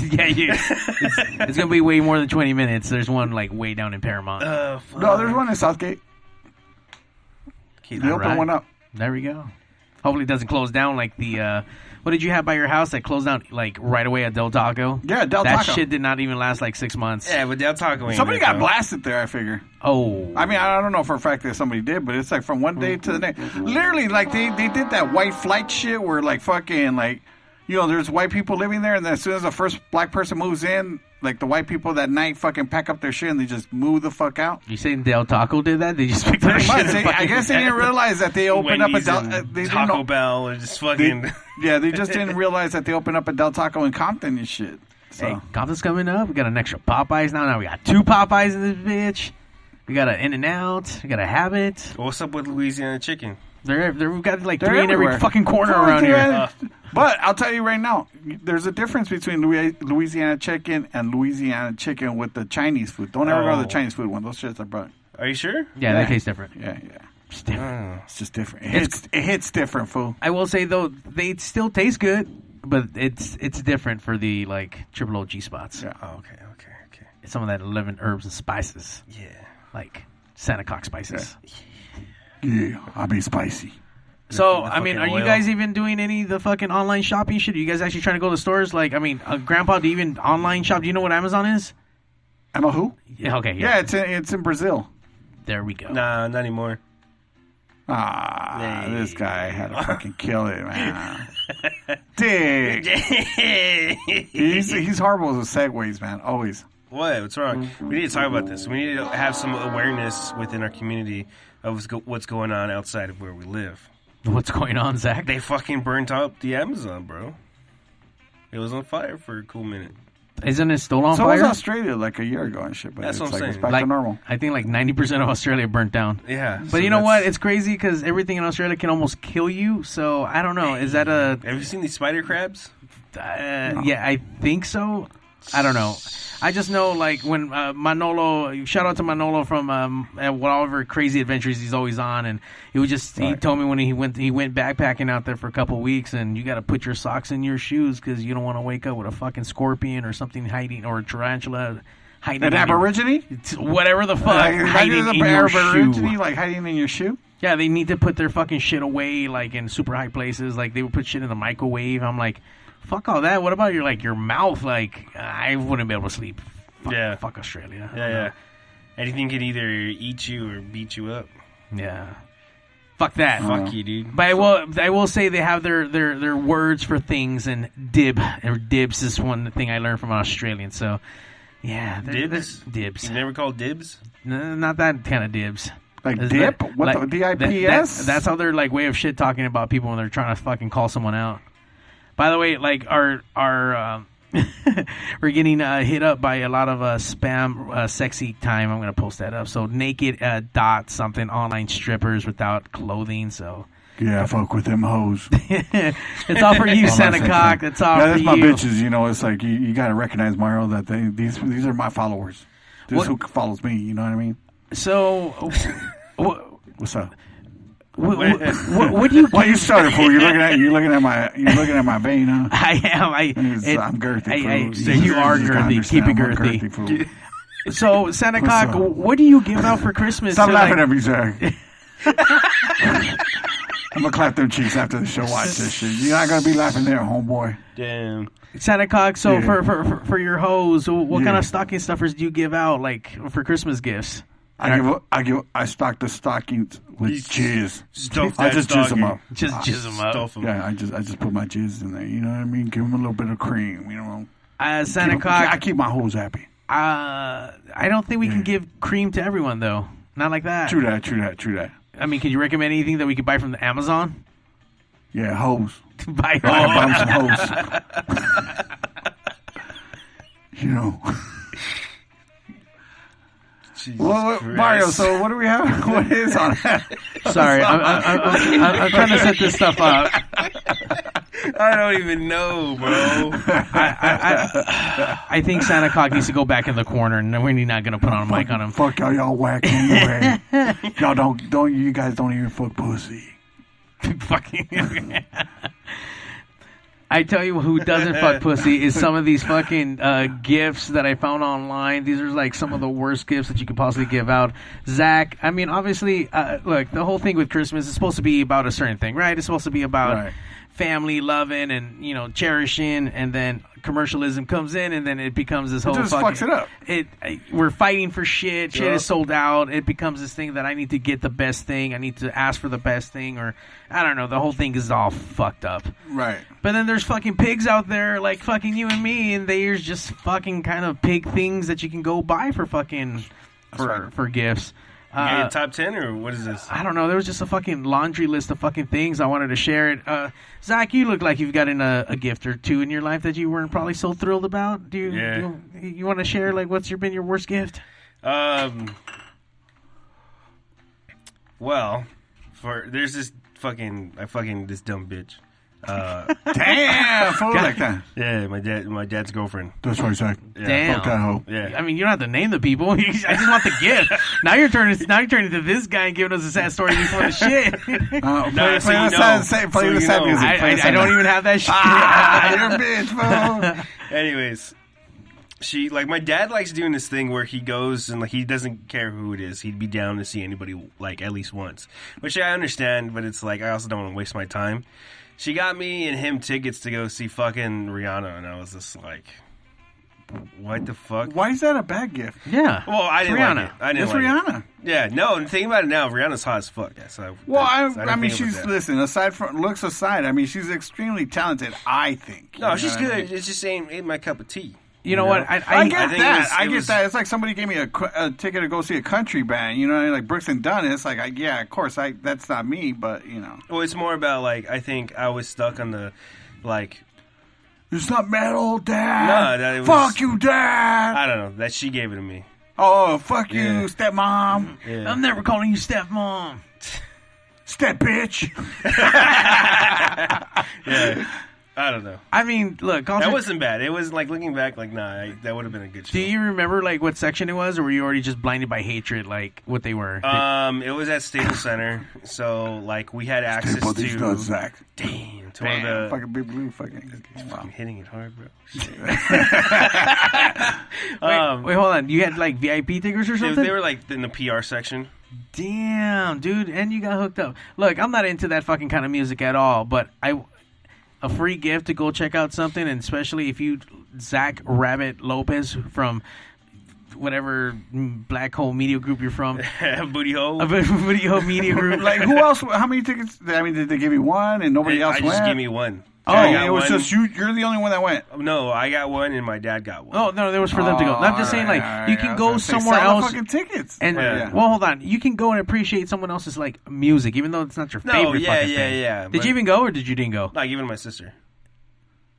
Speaker 5: yeah, you. It's, it's gonna be way more than twenty minutes. There's one like way down in Paramount.
Speaker 4: Uh,
Speaker 3: Oh, fuck.
Speaker 4: No, there's one in Southgate.
Speaker 3: Okay,
Speaker 4: They opened
Speaker 5: Right.
Speaker 4: one up.
Speaker 5: there we go. Hopefully, it doesn't close down like the. Uh, what did you have by your house that closed down like right away at Del Taco?
Speaker 4: Yeah, Del
Speaker 5: that
Speaker 4: Taco.
Speaker 5: shit did not even last like six months.
Speaker 3: Yeah, but they'll talk about
Speaker 4: Somebody got
Speaker 3: though.
Speaker 4: blasted there. I figure.
Speaker 5: Oh,
Speaker 4: I mean, I don't know for a fact that somebody did, but it's like from one day to the next. Literally, like they they did that white flight shit where like fucking like, you know, there's white people living there, and then as soon as the first black person moves in, like the white people that night fucking pack up their shit and they just move the fuck out.
Speaker 5: you saying Del Taco did that? They just picked up
Speaker 4: Pretty
Speaker 5: their
Speaker 4: much.
Speaker 5: shit
Speaker 4: They-
Speaker 5: and
Speaker 4: I
Speaker 5: fucking-
Speaker 4: guess they didn't realize that they opened up a
Speaker 3: Wendy's
Speaker 4: Del,
Speaker 3: and
Speaker 4: uh, they didn't
Speaker 3: Taco
Speaker 4: know-
Speaker 3: Bell and just
Speaker 4: they-
Speaker 3: fucking.
Speaker 4: yeah, they just didn't realize that they opened up a Del Taco in Compton and shit. So
Speaker 5: Hey, Compton's coming up. We got an extra Popeyes now. Now we got two Popeyes in this bitch. We got an In and Out. We got a Habit.
Speaker 3: What's up with Louisiana chicken?
Speaker 5: They're, they're we've got like
Speaker 4: they're
Speaker 5: three in every
Speaker 4: everywhere.
Speaker 5: fucking corner
Speaker 4: Fuck,
Speaker 5: around
Speaker 4: they're
Speaker 5: here.
Speaker 4: at- *laughs* But I'll tell you right now, there's a difference between Louis- Louisiana chicken and Louisiana chicken with the Chinese food. Don't ever go to
Speaker 3: Oh.
Speaker 4: the Chinese food one. Those shits are broke.
Speaker 3: Are you sure?
Speaker 5: Yeah, that tastes different.
Speaker 4: Yeah, Mm. yeah.
Speaker 5: It's different.
Speaker 4: It's just different. It hits, it hits different, fool.
Speaker 5: I will say though, they still taste good, but it's it's different for the like triple OG spots.
Speaker 4: Yeah.
Speaker 3: Oh, okay, okay, okay.
Speaker 5: Some of that eleven herbs and spices,
Speaker 3: Yeah.
Speaker 5: like Santa Cock spices.
Speaker 4: Yeah, I'll be spicy.
Speaker 5: So
Speaker 3: The
Speaker 5: I mean, are
Speaker 3: fucking
Speaker 5: you
Speaker 3: oil.
Speaker 5: guys even doing any of the fucking online shopping shit? Are you guys actually trying to go to stores? Like, I mean, uh, Grandpa, do you even online shop? Do you know what Amazon is?
Speaker 4: Am I who?
Speaker 5: Yeah. Okay.
Speaker 4: Yeah, it's in, it's in Brazil.
Speaker 5: There we go.
Speaker 3: Nah, not anymore.
Speaker 4: Ah, this guy had to fucking kill it, man.
Speaker 3: *laughs*
Speaker 4: Dick. He's, he's horrible with segues, man. Always.
Speaker 3: What? What's wrong?
Speaker 5: Mm.
Speaker 3: We need to talk about this. We need to have some awareness within our community of what's go- what's going on outside of where we live.
Speaker 5: What's going on, Zach?
Speaker 3: They fucking burnt up the Amazon, bro. It was on fire for a cool minute.
Speaker 5: Isn't it still on
Speaker 4: So was
Speaker 5: fire?
Speaker 4: Australia like a year ago and shit, but
Speaker 3: That's
Speaker 4: it's
Speaker 3: what I'm
Speaker 4: like it's
Speaker 3: saying.
Speaker 4: back
Speaker 5: like,
Speaker 4: to normal.
Speaker 5: I think like ninety percent of Australia burnt down.
Speaker 3: Yeah.
Speaker 5: But you know what? It's crazy because everything in Australia can almost kill you. So I don't know. Is that a?
Speaker 3: Have you seen these spider crabs?
Speaker 5: Uh, yeah, I think so. I don't know. I just know like when uh, Manolo, shout out to Manolo from um, uh, whatever crazy adventures he's always on, and he was just he told me when he went he went backpacking out there for a couple weeks, and you got to put your socks in your shoes because you don't want to wake up with a fucking scorpion or something hiding or a tarantula hiding in
Speaker 4: An
Speaker 5: your-
Speaker 4: aborigine?
Speaker 5: whatever the fuck,
Speaker 4: Like,
Speaker 5: hiding
Speaker 4: is
Speaker 5: in
Speaker 4: an
Speaker 5: your
Speaker 4: aborigine,
Speaker 5: shoe.
Speaker 4: like hiding in your shoe?
Speaker 5: Yeah, they need to put their fucking shit away, like in super high places. Like they would put shit in the microwave. I'm like, fuck all that. What about your like your mouth? Like I wouldn't be able to sleep. Fuck,
Speaker 3: Yeah.
Speaker 5: fuck Australia.
Speaker 3: Yeah, yeah. Anything can either eat you or beat you up.
Speaker 5: yeah. Fuck that.
Speaker 3: Fuck you, dude.
Speaker 5: But I will, I will say they have their, their, their words for things, and dib or dibs is one thing I learned from an Australian. So, yeah, they're-
Speaker 3: Dibs?
Speaker 5: they're- dibs,
Speaker 3: You never called dibs?
Speaker 5: No, not that kind of dibs.
Speaker 4: Like
Speaker 5: Is
Speaker 4: dip?
Speaker 5: that-
Speaker 4: what
Speaker 5: like,
Speaker 4: the
Speaker 5: that- that-
Speaker 4: D-I-P-S?
Speaker 5: that's how they're like way of shit talking about people when they're trying to fucking call someone out. By the way, like our our um, *laughs* we're getting uh, hit up by a lot of uh, spam uh, sexy time. I'm gonna post that up. So naked uh, dot something online strippers without clothing. So
Speaker 4: yeah, fuck with them hoes.
Speaker 5: it's all for
Speaker 4: *laughs*
Speaker 5: you, *laughs*
Speaker 4: All
Speaker 5: Santa
Speaker 4: my
Speaker 5: Cock.
Speaker 4: section.
Speaker 5: It's all
Speaker 4: yeah,
Speaker 5: for
Speaker 4: that's
Speaker 5: you.
Speaker 4: my bitches. You know, it's like you, you got to recognize Mario that they these these are my followers. This
Speaker 5: What-
Speaker 4: who follows me. You know what I mean?
Speaker 5: So. What, *laughs*
Speaker 4: What's up?
Speaker 5: what, what, what do you?
Speaker 4: *laughs* Why you started for? You're looking at you looking at my you are looking at my
Speaker 5: *laughs*
Speaker 4: vein, huh?
Speaker 5: *laughs* I am. I.
Speaker 4: It's-
Speaker 5: it-
Speaker 4: I'm girthy.
Speaker 5: I- I-
Speaker 4: fool.
Speaker 5: you are
Speaker 4: just gotta
Speaker 5: girthy. Keep it
Speaker 4: understand I'm
Speaker 5: girthy. *laughs*
Speaker 4: fool.
Speaker 5: So Santa
Speaker 4: What's
Speaker 5: Cock,
Speaker 4: up?
Speaker 5: what do you give out for Christmas?
Speaker 4: Stop
Speaker 5: to,
Speaker 4: laughing
Speaker 5: like-
Speaker 4: at me, Zach.
Speaker 5: *laughs*
Speaker 4: I'm gonna clap them cheeks after the show. Watch this shit. You're not gonna be laughing there, homeboy.
Speaker 3: Damn.
Speaker 5: Santa Cock, so
Speaker 4: Yeah.
Speaker 5: for, for, for for your hoes, wh- what kind
Speaker 4: Yeah.
Speaker 5: of stocking stuffers do you give out like for Christmas gifts?
Speaker 4: I give. I give. I stock the stockings with jizz.
Speaker 3: Stuff
Speaker 4: I
Speaker 3: that
Speaker 4: just jizz
Speaker 3: doggy.
Speaker 4: them up.
Speaker 5: Just jizz 'em up.
Speaker 3: Stuff 'em.
Speaker 4: Yeah, I just I just put my jizz in there. You know what I mean? Give them a little bit of cream. You know,
Speaker 5: Uh,
Speaker 4: Keep 'em-
Speaker 5: Santa
Speaker 4: I
Speaker 5: Cock,
Speaker 4: keep my hoes happy.
Speaker 5: uh, I don't think we can give cream to everyone though. Not like that.
Speaker 4: True that. True that. True that.
Speaker 5: I mean, could you recommend anything that we could buy from the Amazon? *laughs*
Speaker 4: Yeah, hoes.
Speaker 5: buy
Speaker 4: I gotta buy 'em some hoes. *laughs* you know.
Speaker 3: Jesus
Speaker 4: Well,
Speaker 3: Christ.
Speaker 4: Mario, so what do we have? *laughs* What is on that?
Speaker 5: *laughs* Sorry, I'm, I'm, I'm, I'm, I'm trying to *laughs* set this stuff up.
Speaker 3: *laughs* I don't even know,
Speaker 5: *laughs*
Speaker 3: bro.
Speaker 5: I think Santa Cock needs to go back in the corner, and we're not going to put on a mic on him.
Speaker 4: Fuck y'all, y'all whack
Speaker 5: *laughs*
Speaker 4: anyway. y'all don't don't you guys don't even fuck pussy.
Speaker 5: *laughs* fucking. I tell you who doesn't fuck pussy is some of these fucking uh, gifts that I found online. These are like some of the worst gifts that you could possibly give out. Zach, I mean, obviously, uh, look, the whole thing with Christmas is supposed to be about a certain thing, right? It's supposed to be about
Speaker 4: Right.
Speaker 5: family loving and you know cherishing, and then commercialism comes in, and then it becomes this whole
Speaker 4: just
Speaker 5: fucking-
Speaker 4: fucks it up.
Speaker 5: it I- we're fighting for shit. Shit is sold out. It becomes this thing that I need to get the best thing. I need to ask for the best thing, or I don't know. The whole thing is all fucked up.
Speaker 4: Right.
Speaker 5: But then there's fucking pigs out there, like fucking you and me, and there's just fucking kind of pig things that you can go buy for fucking for for gifts.
Speaker 3: Hey,
Speaker 5: Uh,
Speaker 3: top 10 or what is this?
Speaker 5: I don't know. There was just a fucking laundry list of fucking things I wanted to share. It, uh, Zach, you look like you've gotten a, a gift or two in your life that you weren't probably so thrilled about. Do you?
Speaker 3: Yeah.
Speaker 5: do you, you want to share like what's your been your worst gift?
Speaker 3: Um. Well, for there's this fucking I fucking this dumb bitch. Uh,
Speaker 4: *laughs* Damn,
Speaker 5: *laughs*
Speaker 4: fool like that.
Speaker 3: Yeah, my dad, my dad's girlfriend.
Speaker 4: That's right, Zach.
Speaker 5: Damn.
Speaker 4: Fuck that hoe.
Speaker 3: Yeah,
Speaker 5: I mean, you don't have to name the people. *laughs* I just want the gift. Now you're turning. Now you're turning to this guy and giving us a sad story before the shit.
Speaker 3: *laughs*
Speaker 4: Uh, play
Speaker 3: Nah,
Speaker 4: play
Speaker 3: so you know.
Speaker 4: the sad, say, play
Speaker 3: So
Speaker 4: the
Speaker 3: you
Speaker 4: sad
Speaker 3: know.
Speaker 4: music.
Speaker 5: I,
Speaker 4: Play
Speaker 5: I,
Speaker 4: the
Speaker 5: I
Speaker 4: sad
Speaker 5: don't
Speaker 4: music.
Speaker 5: even have that shit.
Speaker 4: Ah, you're a
Speaker 3: *laughs*
Speaker 4: bitch, fool.
Speaker 3: Anyways, she like my dad likes doing this thing where he goes and like he doesn't care who it is. He'd be down to see anybody like at least once, which I understand. But it's like I also don't want to waste my time. She got me and him tickets to go see fucking Rihanna, and I was just like, what the fuck?
Speaker 4: Why is that a bad gift?
Speaker 5: yeah.
Speaker 3: Well, I didn't
Speaker 5: Rihanna.
Speaker 3: like it. I didn't
Speaker 4: It's
Speaker 3: like it.
Speaker 4: Rihanna.
Speaker 3: Yeah, no. And thinking about it now, Rihanna's hot as fuck. Yeah, so
Speaker 4: Well, I,
Speaker 3: that's-
Speaker 4: I,
Speaker 3: didn't
Speaker 4: mean,
Speaker 3: think about
Speaker 4: she's
Speaker 3: that.
Speaker 4: listen. Aside from looks aside, I mean, she's extremely talented. I think. You
Speaker 3: no,
Speaker 4: know
Speaker 3: she's
Speaker 4: what I
Speaker 3: good.
Speaker 4: mean?
Speaker 3: It's just ain't, ain't my cup of tea.
Speaker 5: You know what? I, I,
Speaker 4: I get
Speaker 3: think it
Speaker 4: that.
Speaker 3: was-
Speaker 4: I
Speaker 3: it
Speaker 4: get
Speaker 3: was-
Speaker 4: that. It's like somebody gave me a, cr- a ticket to go see a country band. You know, what I mean? like Brooks and Dunn. It's like, I, yeah, of course, I that's not me, but you know,
Speaker 3: Well, it's more about like I think I was stuck on the like
Speaker 4: it's not
Speaker 3: No,
Speaker 4: metal, Dad.
Speaker 3: that it was-
Speaker 4: fuck you, Dad.
Speaker 3: I don't know that she gave it to me.
Speaker 4: oh, fuck
Speaker 3: Yeah.
Speaker 4: you, stepmom,
Speaker 3: Yeah.
Speaker 4: *laughs*
Speaker 5: I'm never calling you stepmom.
Speaker 3: *laughs*
Speaker 4: step bitch.
Speaker 3: I don't know.
Speaker 5: I mean, look,
Speaker 3: That
Speaker 5: Contra-
Speaker 3: wasn't bad. It was like looking back, like nah, I, that would have been a good show.
Speaker 5: do you remember like what section it was, or were you already just blinded by hatred, like what they were?
Speaker 3: Um, it was at Staples Center, so like we had access
Speaker 4: But these
Speaker 3: to.
Speaker 4: nuts, Zach.
Speaker 3: Damn, to one of the.
Speaker 4: Fucking big blue. Fucking. Wow.
Speaker 3: *laughs* I'm hitting it hard, bro.
Speaker 5: wait,
Speaker 3: um,
Speaker 5: wait, hold on. You had like VIP tickets or
Speaker 3: They,
Speaker 5: something?
Speaker 3: they were like in the PR section. *laughs*
Speaker 5: Damn, dude, and you got hooked up. Look, I'm not into that fucking kind of music at all, but I a free gift to go check out something, and especially if you Zach Rabbit Lopez from whatever black hole media group
Speaker 3: *laughs*
Speaker 5: you're from,
Speaker 3: Booty hole.
Speaker 5: a video media group,
Speaker 4: Like who else? How many tickets? I mean, did they give you one and nobody
Speaker 3: I,
Speaker 4: else
Speaker 3: I
Speaker 4: went?
Speaker 3: just gave me one.
Speaker 5: Oh,
Speaker 3: I
Speaker 4: yeah,
Speaker 3: got
Speaker 4: it was
Speaker 3: one.
Speaker 4: just you. You're the only one that went.
Speaker 3: No, I got one, and my dad got one.
Speaker 5: Oh no, there was for them to go.
Speaker 4: Oh,
Speaker 5: I'm just saying,
Speaker 4: alright,
Speaker 5: like,
Speaker 4: alright,
Speaker 5: you
Speaker 4: I
Speaker 5: can
Speaker 4: was
Speaker 5: go
Speaker 4: gonna say,
Speaker 5: somewhere
Speaker 4: sell the
Speaker 5: else.
Speaker 4: fucking tickets.
Speaker 5: And
Speaker 3: Yeah.
Speaker 5: well, hold on. You can go and appreciate someone else's like music, even though it's not your
Speaker 3: No,
Speaker 5: favorite.
Speaker 3: yeah,
Speaker 5: fucking
Speaker 3: yeah,
Speaker 5: thing.
Speaker 3: yeah,
Speaker 5: Did
Speaker 3: but-
Speaker 5: you even go or did you didn't go?
Speaker 3: Like even my sister.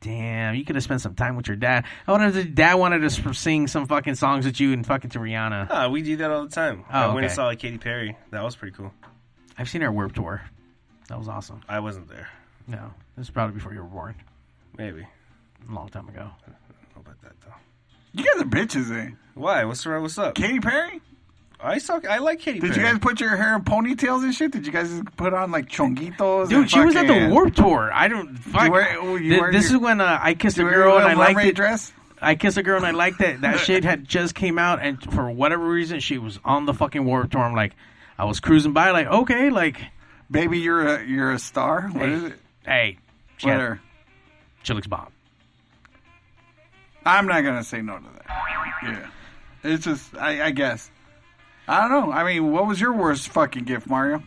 Speaker 5: Damn, you could have spent some time with your dad. I wonder if your dad wanted to s- sing some fucking songs with you and fucking to Rihanna.
Speaker 3: Ah, we do that all the time.
Speaker 5: Oh,
Speaker 3: I went and
Speaker 5: okay.
Speaker 3: saw like, Katy Perry. That was pretty cool.
Speaker 5: I've seen her Warp Tour. That was awesome.
Speaker 3: I wasn't there.
Speaker 5: No, this is probably before you were born,
Speaker 3: Maybe.
Speaker 5: a long time ago.
Speaker 3: I don't know about that though.
Speaker 4: You guys are bitches, eh?
Speaker 3: Why? What's the What's up?
Speaker 4: Katy Perry?
Speaker 3: I saw. I like Katy
Speaker 4: Did
Speaker 3: Perry.
Speaker 4: you guys put your hair in ponytails and shit? Did you guys put on like chonguitos?
Speaker 5: Dude,
Speaker 4: and
Speaker 5: she was at the
Speaker 4: fucking-
Speaker 5: Warp Tour. I don't. Fuck.
Speaker 4: You wear- oh, you
Speaker 5: Th-
Speaker 4: wear
Speaker 5: this
Speaker 4: your-
Speaker 5: is when uh, I kissed a
Speaker 4: You wear your
Speaker 5: girl and I
Speaker 4: little
Speaker 5: liked
Speaker 4: mermaid
Speaker 5: it.
Speaker 4: dress?
Speaker 5: I kissed a girl and I liked that.
Speaker 4: *laughs*
Speaker 5: That shit had just came out, and for whatever reason, she was on the fucking Warped Tour. I'm like, I was cruising by, like, okay, like,
Speaker 4: Baby, you're a you're a star. What
Speaker 5: Hey.
Speaker 4: is it?
Speaker 5: hey, she, had-
Speaker 4: Whatever.
Speaker 5: she looks bomb.
Speaker 4: I'm not gonna say no to that. Yeah, it's just I, I guess. I don't know. I mean, what was your worst fucking gift, Mario?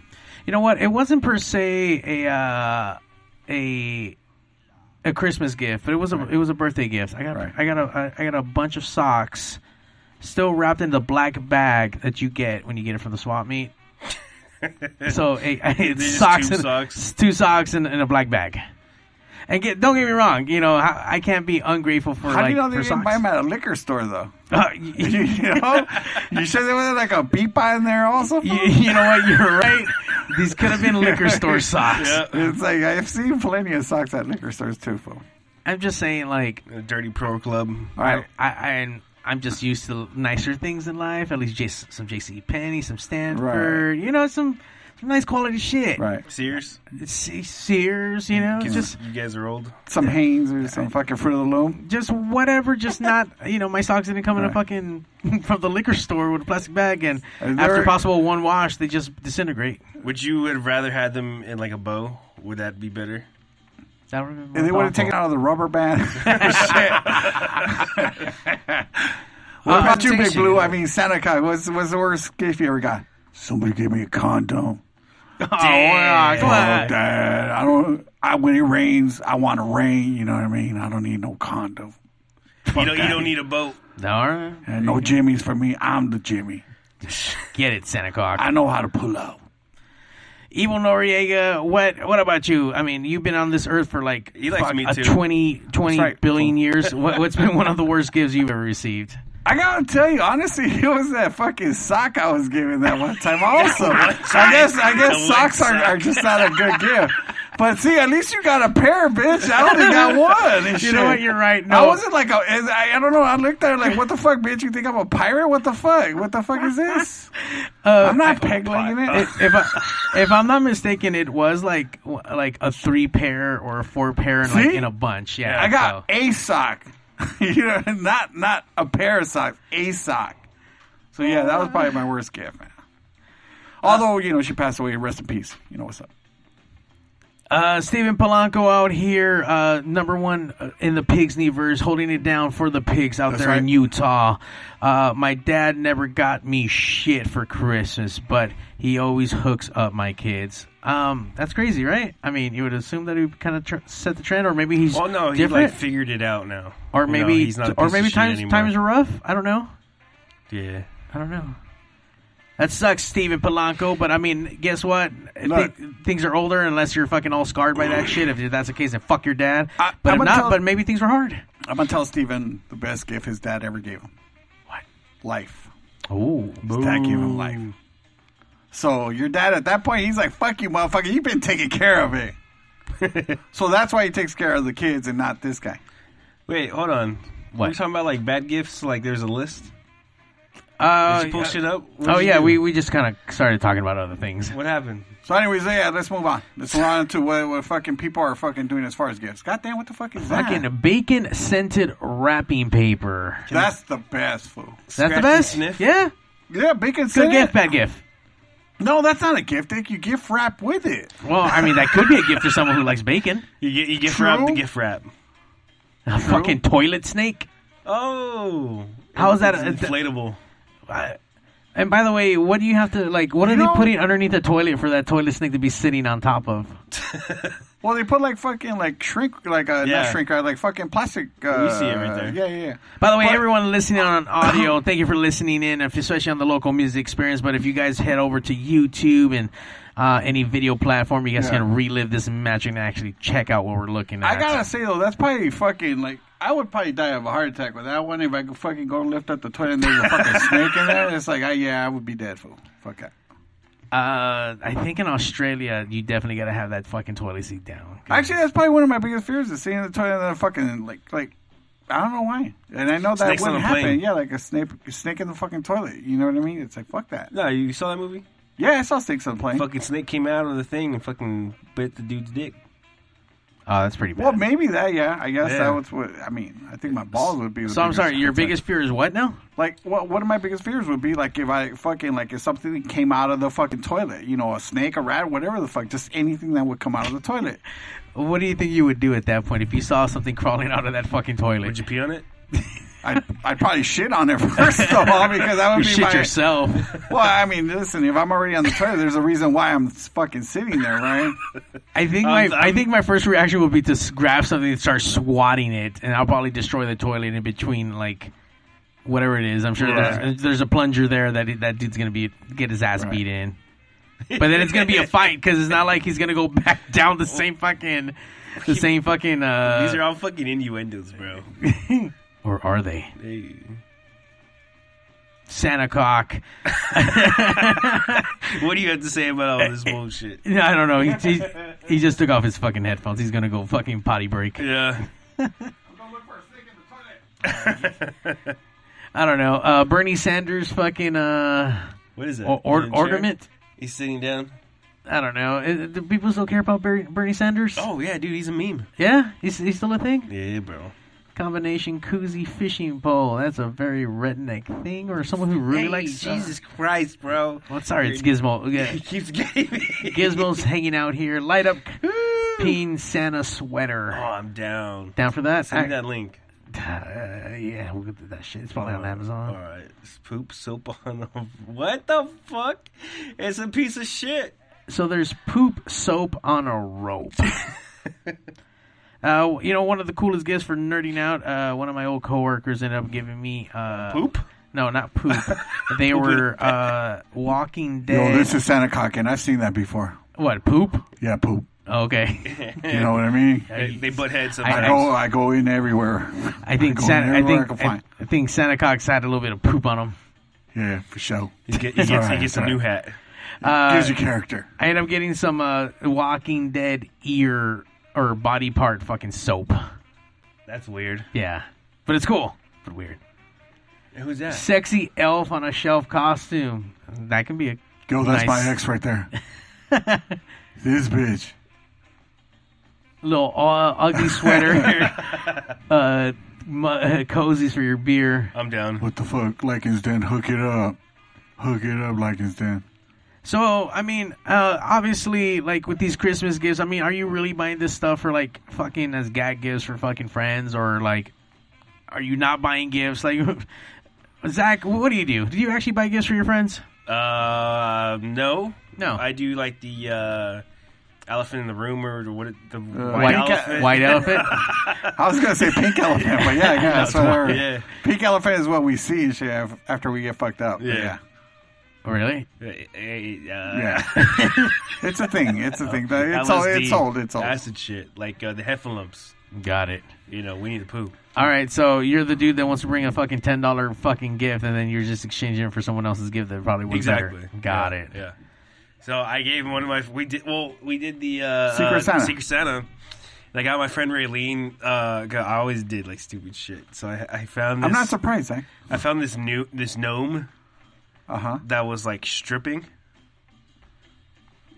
Speaker 5: You know what? It wasn't per se a uh, a a Christmas gift, but it was a it was a birthday gift. I got
Speaker 4: Right.
Speaker 5: I got a I got a bunch of socks, still wrapped in the black bag that you get when you get it from the
Speaker 3: *laughs*
Speaker 5: swap meet. so it, *laughs* it's
Speaker 3: just
Speaker 5: socks
Speaker 3: two
Speaker 5: and
Speaker 3: socks?
Speaker 5: it's *laughs* two socks and, and a black bag. And get, don't get me wrong, you know I, I can't be ungrateful for
Speaker 4: How
Speaker 5: like
Speaker 4: do you know
Speaker 5: for
Speaker 4: they didn't
Speaker 5: socks.
Speaker 4: buy them at a liquor store though? *laughs*
Speaker 5: Uh,
Speaker 4: you
Speaker 5: you,
Speaker 4: know, you said there was like a beepa in
Speaker 5: *laughs*
Speaker 4: there also.
Speaker 5: you- you know what? You're right. These could have been liquor store socks.
Speaker 3: *laughs* Yeah.
Speaker 4: It's like I've seen plenty of socks at liquor stores too, fool.
Speaker 5: I'm just saying, like
Speaker 3: A dirty pro club.
Speaker 4: All right,
Speaker 5: I, I and I'm just used to nicer things in life. At least J- some JC Penney, some Stanford, you know, some some nice quality shit.
Speaker 4: right.
Speaker 3: Sears.
Speaker 5: Se- Sears, you know, just
Speaker 3: you guys are old.
Speaker 4: Some Hanes or some fucking Fruit of the Loom.
Speaker 5: just whatever.
Speaker 4: *laughs*
Speaker 5: Just not, you know, my socks didn't come in a
Speaker 4: Right.
Speaker 5: fucking *laughs* from the liquor store with a plastic bag, and
Speaker 4: And
Speaker 5: after
Speaker 4: they're-
Speaker 5: possible one wash, they just disintegrate.
Speaker 3: Would you have rather had them in like a bow? Would that be better?
Speaker 5: That would have been
Speaker 4: And they
Speaker 5: more
Speaker 4: would have taken
Speaker 5: thoughtful.
Speaker 4: out of the rubber band. *laughs* what about you, Big
Speaker 3: Compensation.
Speaker 4: Blue? I mean, Santa Claus. What's, what's the worst gift you ever got? Somebody gave me a condom.
Speaker 5: Oh, yeah, come on.
Speaker 4: Oh, Dad, I don't. I when it rains, I want to rain. You know what I mean? I don't need no condom
Speaker 3: you don't. You don't need a boat.
Speaker 5: All right,
Speaker 4: and no jimmies for me. I'm the Jimmy.
Speaker 5: get it, Santa Claus.
Speaker 4: I know how to pull out.
Speaker 5: Evil Noriega, what what about you? I mean, you've been on this earth for like,
Speaker 3: He likes
Speaker 5: fuck,
Speaker 3: me
Speaker 5: a
Speaker 3: too.
Speaker 5: 20, 20
Speaker 4: That's right.
Speaker 5: billion years. What, what's been one of the worst gifts you've ever received?
Speaker 4: I gotta tell you, honestly, *laughs* it was that fucking sock I was given that one time. Also,
Speaker 5: *laughs*
Speaker 4: I guess I
Speaker 3: The
Speaker 4: guess
Speaker 3: one
Speaker 4: socks are,
Speaker 3: sock.
Speaker 4: are just not a good gift. But see, at least you got a pair, bitch. I
Speaker 5: *laughs*
Speaker 4: only got one. and
Speaker 5: You know
Speaker 4: shit.
Speaker 5: what? You're right.
Speaker 4: I
Speaker 5: No.
Speaker 4: wasn't like a, I, I don't know. I looked at her like, what the fuck, bitch? You think I'm a pirate? What the fuck? What the fuck
Speaker 5: *laughs*
Speaker 4: is this?
Speaker 5: Uh,
Speaker 4: I'm not peg legging it.
Speaker 5: If if, I, if I'm not mistaken, it was like w- like a three pair or a four pair and like
Speaker 4: See?
Speaker 5: in a bunch. Yeah,
Speaker 4: I got
Speaker 5: so.
Speaker 4: a sock. *laughs* you know, not not a pair of socks, a sock. So yeah, that was probably my worst gift, man. Although you know she passed away, rest in peace. You know what's up.
Speaker 5: uh, Stephen Polanco out here, uh, number one uh, in the pigs verse, holding it down for the pigs out there in
Speaker 4: right.
Speaker 5: Utah. Uh, my dad never got me shit for Christmas, but he always hooks up my kids. Um, that's crazy, right? I mean, you would assume that he kind of tr- set the trend, or maybe he's
Speaker 3: Well, no, he
Speaker 5: different,
Speaker 3: like figured it out now.
Speaker 5: or
Speaker 3: You know,
Speaker 5: maybe
Speaker 3: he's not. a piece
Speaker 5: or
Speaker 3: of
Speaker 5: maybe
Speaker 3: shit
Speaker 5: times
Speaker 3: anymore.
Speaker 5: times are rough. I don't know.
Speaker 3: Yeah.
Speaker 5: I don't know. That sucks, Steven Polanco. But I mean, guess what?
Speaker 4: Look.
Speaker 5: Thi- things are older unless you're fucking all scarred by
Speaker 4: *clears throat*
Speaker 5: that shit. If that's the case, then fuck your dad.
Speaker 4: I-
Speaker 5: but
Speaker 4: I'm
Speaker 5: if
Speaker 4: gonna
Speaker 5: not,
Speaker 4: tell-
Speaker 5: but maybe things were hard.
Speaker 4: I'm gonna tell Steven the best gift his dad ever gave him. What? Life.
Speaker 5: Oh,
Speaker 4: His dad gave him life. So your dad at that point he's like, Fuck you motherfucker, you've been taking care of it.
Speaker 5: *laughs*
Speaker 4: so that's why he takes care of the kids and not this guy.
Speaker 3: Wait, hold on.
Speaker 5: What?
Speaker 3: We're talking about like bad gifts. Like there's a list.
Speaker 5: Uh,
Speaker 3: Did you post it up? What did
Speaker 5: oh
Speaker 3: you
Speaker 5: yeah,
Speaker 3: do?
Speaker 5: we, we just kind of started talking about other things.
Speaker 3: What happened?
Speaker 4: So, anyways, yeah, let's move on. Let's move on to what, what fucking people are fucking doing as far as gifts. God damn, what the fuck is that?
Speaker 5: Fucking bacon scented wrapping paper.
Speaker 4: That's the best fool.
Speaker 5: That's the
Speaker 3: Scratch and
Speaker 5: best.
Speaker 3: sniff?
Speaker 5: Yeah,
Speaker 4: Yeah, bacon
Speaker 5: good
Speaker 4: sent
Speaker 5: gift,
Speaker 4: it.
Speaker 5: bad gift.
Speaker 4: No, that's not a gift. Dick. You gift wrap with it.
Speaker 5: Well, I mean that could be a gift for someone who likes bacon.
Speaker 3: You get you gift
Speaker 4: True.
Speaker 3: wrap the gift wrap.
Speaker 5: A fucking toilet snake.
Speaker 3: Oh,
Speaker 5: How is that
Speaker 3: It's
Speaker 5: a-
Speaker 3: inflatable?
Speaker 5: And by the way, what do you have to like? What are
Speaker 4: You know-
Speaker 5: they putting underneath the toilet for that toilet snake to be sitting on top of?
Speaker 4: Well, they put like fucking like shrink, like uh,
Speaker 3: Yeah.
Speaker 4: not shrink wrap, like fucking plastic. Uh,
Speaker 3: You see it right there.
Speaker 4: Yeah, yeah. yeah.
Speaker 5: By the way,
Speaker 4: But-
Speaker 5: everyone listening
Speaker 4: *coughs*
Speaker 5: on audio, thank you for listening in, if- especially on the local music experience. But if you guys head over to YouTube and uh, any video platform, you guys
Speaker 4: Yeah.
Speaker 5: can relive this magic and actually check out what we're looking at.
Speaker 4: I gotta say though, that's probably fucking like I would probably die of a heart attack with that one if I could fucking go lift up the toilet and there's a fucking *laughs* snake in there. It's like, I, yeah, I would be dead fool. Fuck that.
Speaker 5: Uh, I think in Australia, you definitely gotta have that fucking toilet seat down.
Speaker 4: Actually, that's probably one of my biggest fears is seeing the toilet and the fucking like like I don't know why. And I know that
Speaker 3: Snakes on
Speaker 4: wouldn't
Speaker 3: a plane.
Speaker 4: happen. Yeah, like a snake a snake in the fucking toilet. You know what I mean? It's like fuck that.
Speaker 3: No, you saw that movie?
Speaker 4: Yeah, I saw snakes on a
Speaker 5: Eh?
Speaker 4: plane.
Speaker 3: Fucking snake came out of the thing and fucking bit the dude's dick.
Speaker 5: Oh, that's pretty bad.
Speaker 4: Well, maybe that. Yeah, I guess
Speaker 3: Yeah.
Speaker 4: that was what I mean. I think my balls would be. the
Speaker 5: so I'm
Speaker 4: biggest
Speaker 5: sorry, your
Speaker 4: concern.
Speaker 5: biggest fear is what now?
Speaker 4: Like, what one of my biggest fears would be like if I fucking like if something came out of the fucking toilet. You know, a snake, a rat, whatever the fuck, just anything that would come out of the toilet.
Speaker 5: What do you think you would do at that point if you saw something *laughs* crawling out of that fucking toilet?
Speaker 3: Would you pee on it?
Speaker 4: I'd, I'd probably shit on it *laughs* first of all because that would
Speaker 5: You
Speaker 4: be
Speaker 5: shit
Speaker 4: my
Speaker 5: yourself.
Speaker 4: *laughs* Well, I mean, listen, if I'm already on the toilet, there's a reason why I'm fucking sitting there, right?
Speaker 5: I think my
Speaker 3: Um, I'm-
Speaker 5: i think my first reaction would be to s- grab something and start swatting it, and I'll probably destroy the toilet in between, like whatever it is. I'm sure there's, there's a plunger there that that dude's gonna be get his ass beat in. But then it's gonna be a fight because it's not like he's gonna go *laughs* back down the same fucking,
Speaker 3: *laughs*
Speaker 5: the same fucking. Uh,
Speaker 3: These are all fucking innuendos, bro.
Speaker 5: or are they
Speaker 3: Hey.
Speaker 5: Santa cock? *laughs*
Speaker 3: What do you have to say about *laughs* all this bullshit?
Speaker 5: No, I don't know. He, he he just took off his fucking headphones. He's gonna go fucking potty break.
Speaker 3: Yeah.
Speaker 5: I don't know. Uh, Bernie Sanders fucking uh,
Speaker 3: What is that?
Speaker 5: or, or,
Speaker 3: Chair?
Speaker 5: ornament.
Speaker 3: He's sitting down.
Speaker 5: I don't know. Uh, Do people still care about Bernie, Bernie Sanders?
Speaker 3: Oh yeah, dude, he's a meme.
Speaker 5: Yeah? He's, he's still a thing?
Speaker 3: Yeah, bro.
Speaker 5: Combination koozie fishing pole. That's a very redneck thing, or someone who really likes.
Speaker 3: Jesus Christ, bro.
Speaker 5: Well, sorry,
Speaker 3: *laughs*
Speaker 5: it's Gizmo.
Speaker 3: He
Speaker 5: Yeah.
Speaker 3: keeps getting me.
Speaker 5: Gizmo's hanging out here. Light up peen Santa sweater.
Speaker 3: Oh, I'm down.
Speaker 5: Down for that?
Speaker 3: Send me that link.
Speaker 5: Uh, yeah, we'll get to that shit. It's probably on
Speaker 3: All
Speaker 5: Amazon.
Speaker 3: right, It's poop soap on. the- *laughs* What the fuck? It's a piece of shit.
Speaker 5: So there's poop soap on a
Speaker 3: *laughs*
Speaker 5: rope. uh, you know, one of the coolest gifts for nerding out. Uh, one of my old coworkers ended up giving me uh,
Speaker 3: Poop.
Speaker 5: No, not
Speaker 4: *laughs*
Speaker 5: poop. they were uh, Walking Dead.
Speaker 4: Yo, this is Santa Cock, and I've seen that before.
Speaker 5: what poop?
Speaker 4: Yeah, poop. *laughs*
Speaker 5: Okay,
Speaker 4: You know what I mean?
Speaker 3: They, they butt heads
Speaker 5: *laughs*
Speaker 4: I
Speaker 3: sometimes.
Speaker 4: go, I go in everywhere.
Speaker 5: I think
Speaker 4: go
Speaker 5: Santa. I
Speaker 4: everywhere I
Speaker 5: think
Speaker 4: can
Speaker 5: I,
Speaker 4: find.
Speaker 5: I think Santa Cox had a little bit of poop on him.
Speaker 4: Yeah, for sure.
Speaker 3: He, get, he gets,
Speaker 4: It's all
Speaker 3: he
Speaker 4: right,
Speaker 3: gets
Speaker 4: it's
Speaker 3: a
Speaker 4: all
Speaker 3: new
Speaker 4: right.
Speaker 3: hat.
Speaker 4: Gives you character.
Speaker 5: I ended up getting some uh, Walking Dead ear or body part fucking soap.
Speaker 3: That's weird.
Speaker 5: Yeah, but it's cool, but weird.
Speaker 3: Who's that?
Speaker 5: Sexy elf on a shelf costume. That can be a
Speaker 4: Yo, that's
Speaker 5: Nice.
Speaker 4: my ex right there. this bitch.
Speaker 5: little uh, ugly
Speaker 4: *laughs*
Speaker 5: sweater. *laughs* uh, mu- uh, cozies for your beer.
Speaker 3: I'm down.
Speaker 4: What the fuck? Lycans Den, hook it up. Hook it up, Lycans Den.
Speaker 5: So I mean, uh, obviously, like with these Christmas gifts, I mean, are you really buying this stuff for like fucking as gag gifts for fucking friends, or like, are you not buying gifts? Like, *laughs* Zach, what do you do? Do you actually buy gifts for your friends?
Speaker 3: Uh, no,
Speaker 5: No.
Speaker 3: I do like the uh, elephant in the room, or what? It, the
Speaker 5: White
Speaker 3: white
Speaker 5: *laughs*
Speaker 3: elephant.
Speaker 5: White elephant.
Speaker 4: I was gonna say pink elephant, but yeah, yeah, *laughs* that's whatever.
Speaker 3: yeah.
Speaker 4: Pink elephant is what we see and shit af- after we get fucked up.
Speaker 3: Yeah.
Speaker 4: yeah.
Speaker 5: Oh, really?
Speaker 3: Eh, eh, uh, *laughs*
Speaker 4: Yeah. *laughs* it's a thing. It's a thing. It's old.
Speaker 3: LSD,
Speaker 4: It's old. It's old.
Speaker 3: Acid shit, like uh, the heffalumps.
Speaker 5: Got it.
Speaker 3: You know, we need to poo.
Speaker 5: All right, so you're the dude that wants to bring a fucking ten dollar fucking gift, and then you're just exchanging it for someone else's gift that probably would
Speaker 3: Exactly.
Speaker 5: Got
Speaker 3: Yeah,
Speaker 5: it.
Speaker 3: Yeah. So I gave him one of my. We did well. We did the uh,
Speaker 4: Secret
Speaker 3: uh,
Speaker 4: Santa.
Speaker 3: Secret Santa. And I got my friend Raylene. Uh, 'cause I always did like stupid shit. So I, I found. This,
Speaker 4: I'm not surprised, eh?
Speaker 3: I found this new this gnome
Speaker 4: Uh huh.
Speaker 3: that was like stripping.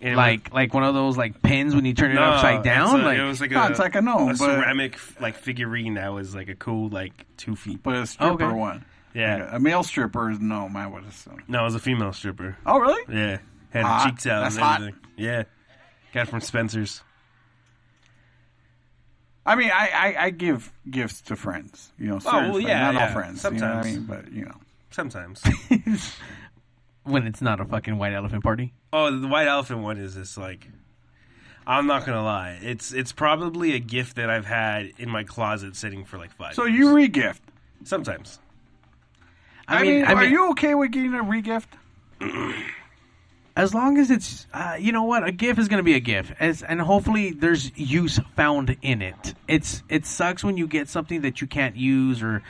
Speaker 3: And it
Speaker 5: Like like one of those like pins when you turn it
Speaker 3: No,
Speaker 5: upside
Speaker 3: it's
Speaker 5: down.
Speaker 3: a-
Speaker 5: like
Speaker 3: it was like
Speaker 4: No,
Speaker 3: a,
Speaker 4: it's like a gnome,
Speaker 3: a
Speaker 4: but-
Speaker 3: ceramic like figurine that was like a cool like two feet.
Speaker 4: But a stripper
Speaker 5: Okay.
Speaker 4: one.
Speaker 3: Yeah,
Speaker 4: A um, male stripper is no, I would assume.
Speaker 3: no, it was a female stripper.
Speaker 4: Oh, really?
Speaker 3: Yeah, had her
Speaker 4: Hot.
Speaker 3: cheeks out
Speaker 4: That's
Speaker 3: and everything. Yeah, got it from Spencer's.
Speaker 4: I mean, I, I, I give gifts to friends, you know.
Speaker 3: well,
Speaker 4: Seriously,
Speaker 3: yeah,
Speaker 4: not
Speaker 3: yeah,
Speaker 4: all friends. you know what
Speaker 3: sometimes.
Speaker 4: I mean, but you know,
Speaker 3: Sometimes.
Speaker 5: when it's not a fucking white elephant party.
Speaker 3: oh, the white elephant one is this like. I'm not gonna lie. It's it's probably a gift that I've had in my closet sitting for like five.
Speaker 4: so
Speaker 3: years.
Speaker 4: you regift.
Speaker 3: sometimes.
Speaker 5: I mean, I mean,
Speaker 4: are you okay with getting a regift?
Speaker 5: as long as it's uh, you know what a gif is going to be a gif as, and hopefully there's use found in it it's it sucks when you get something that you can't use or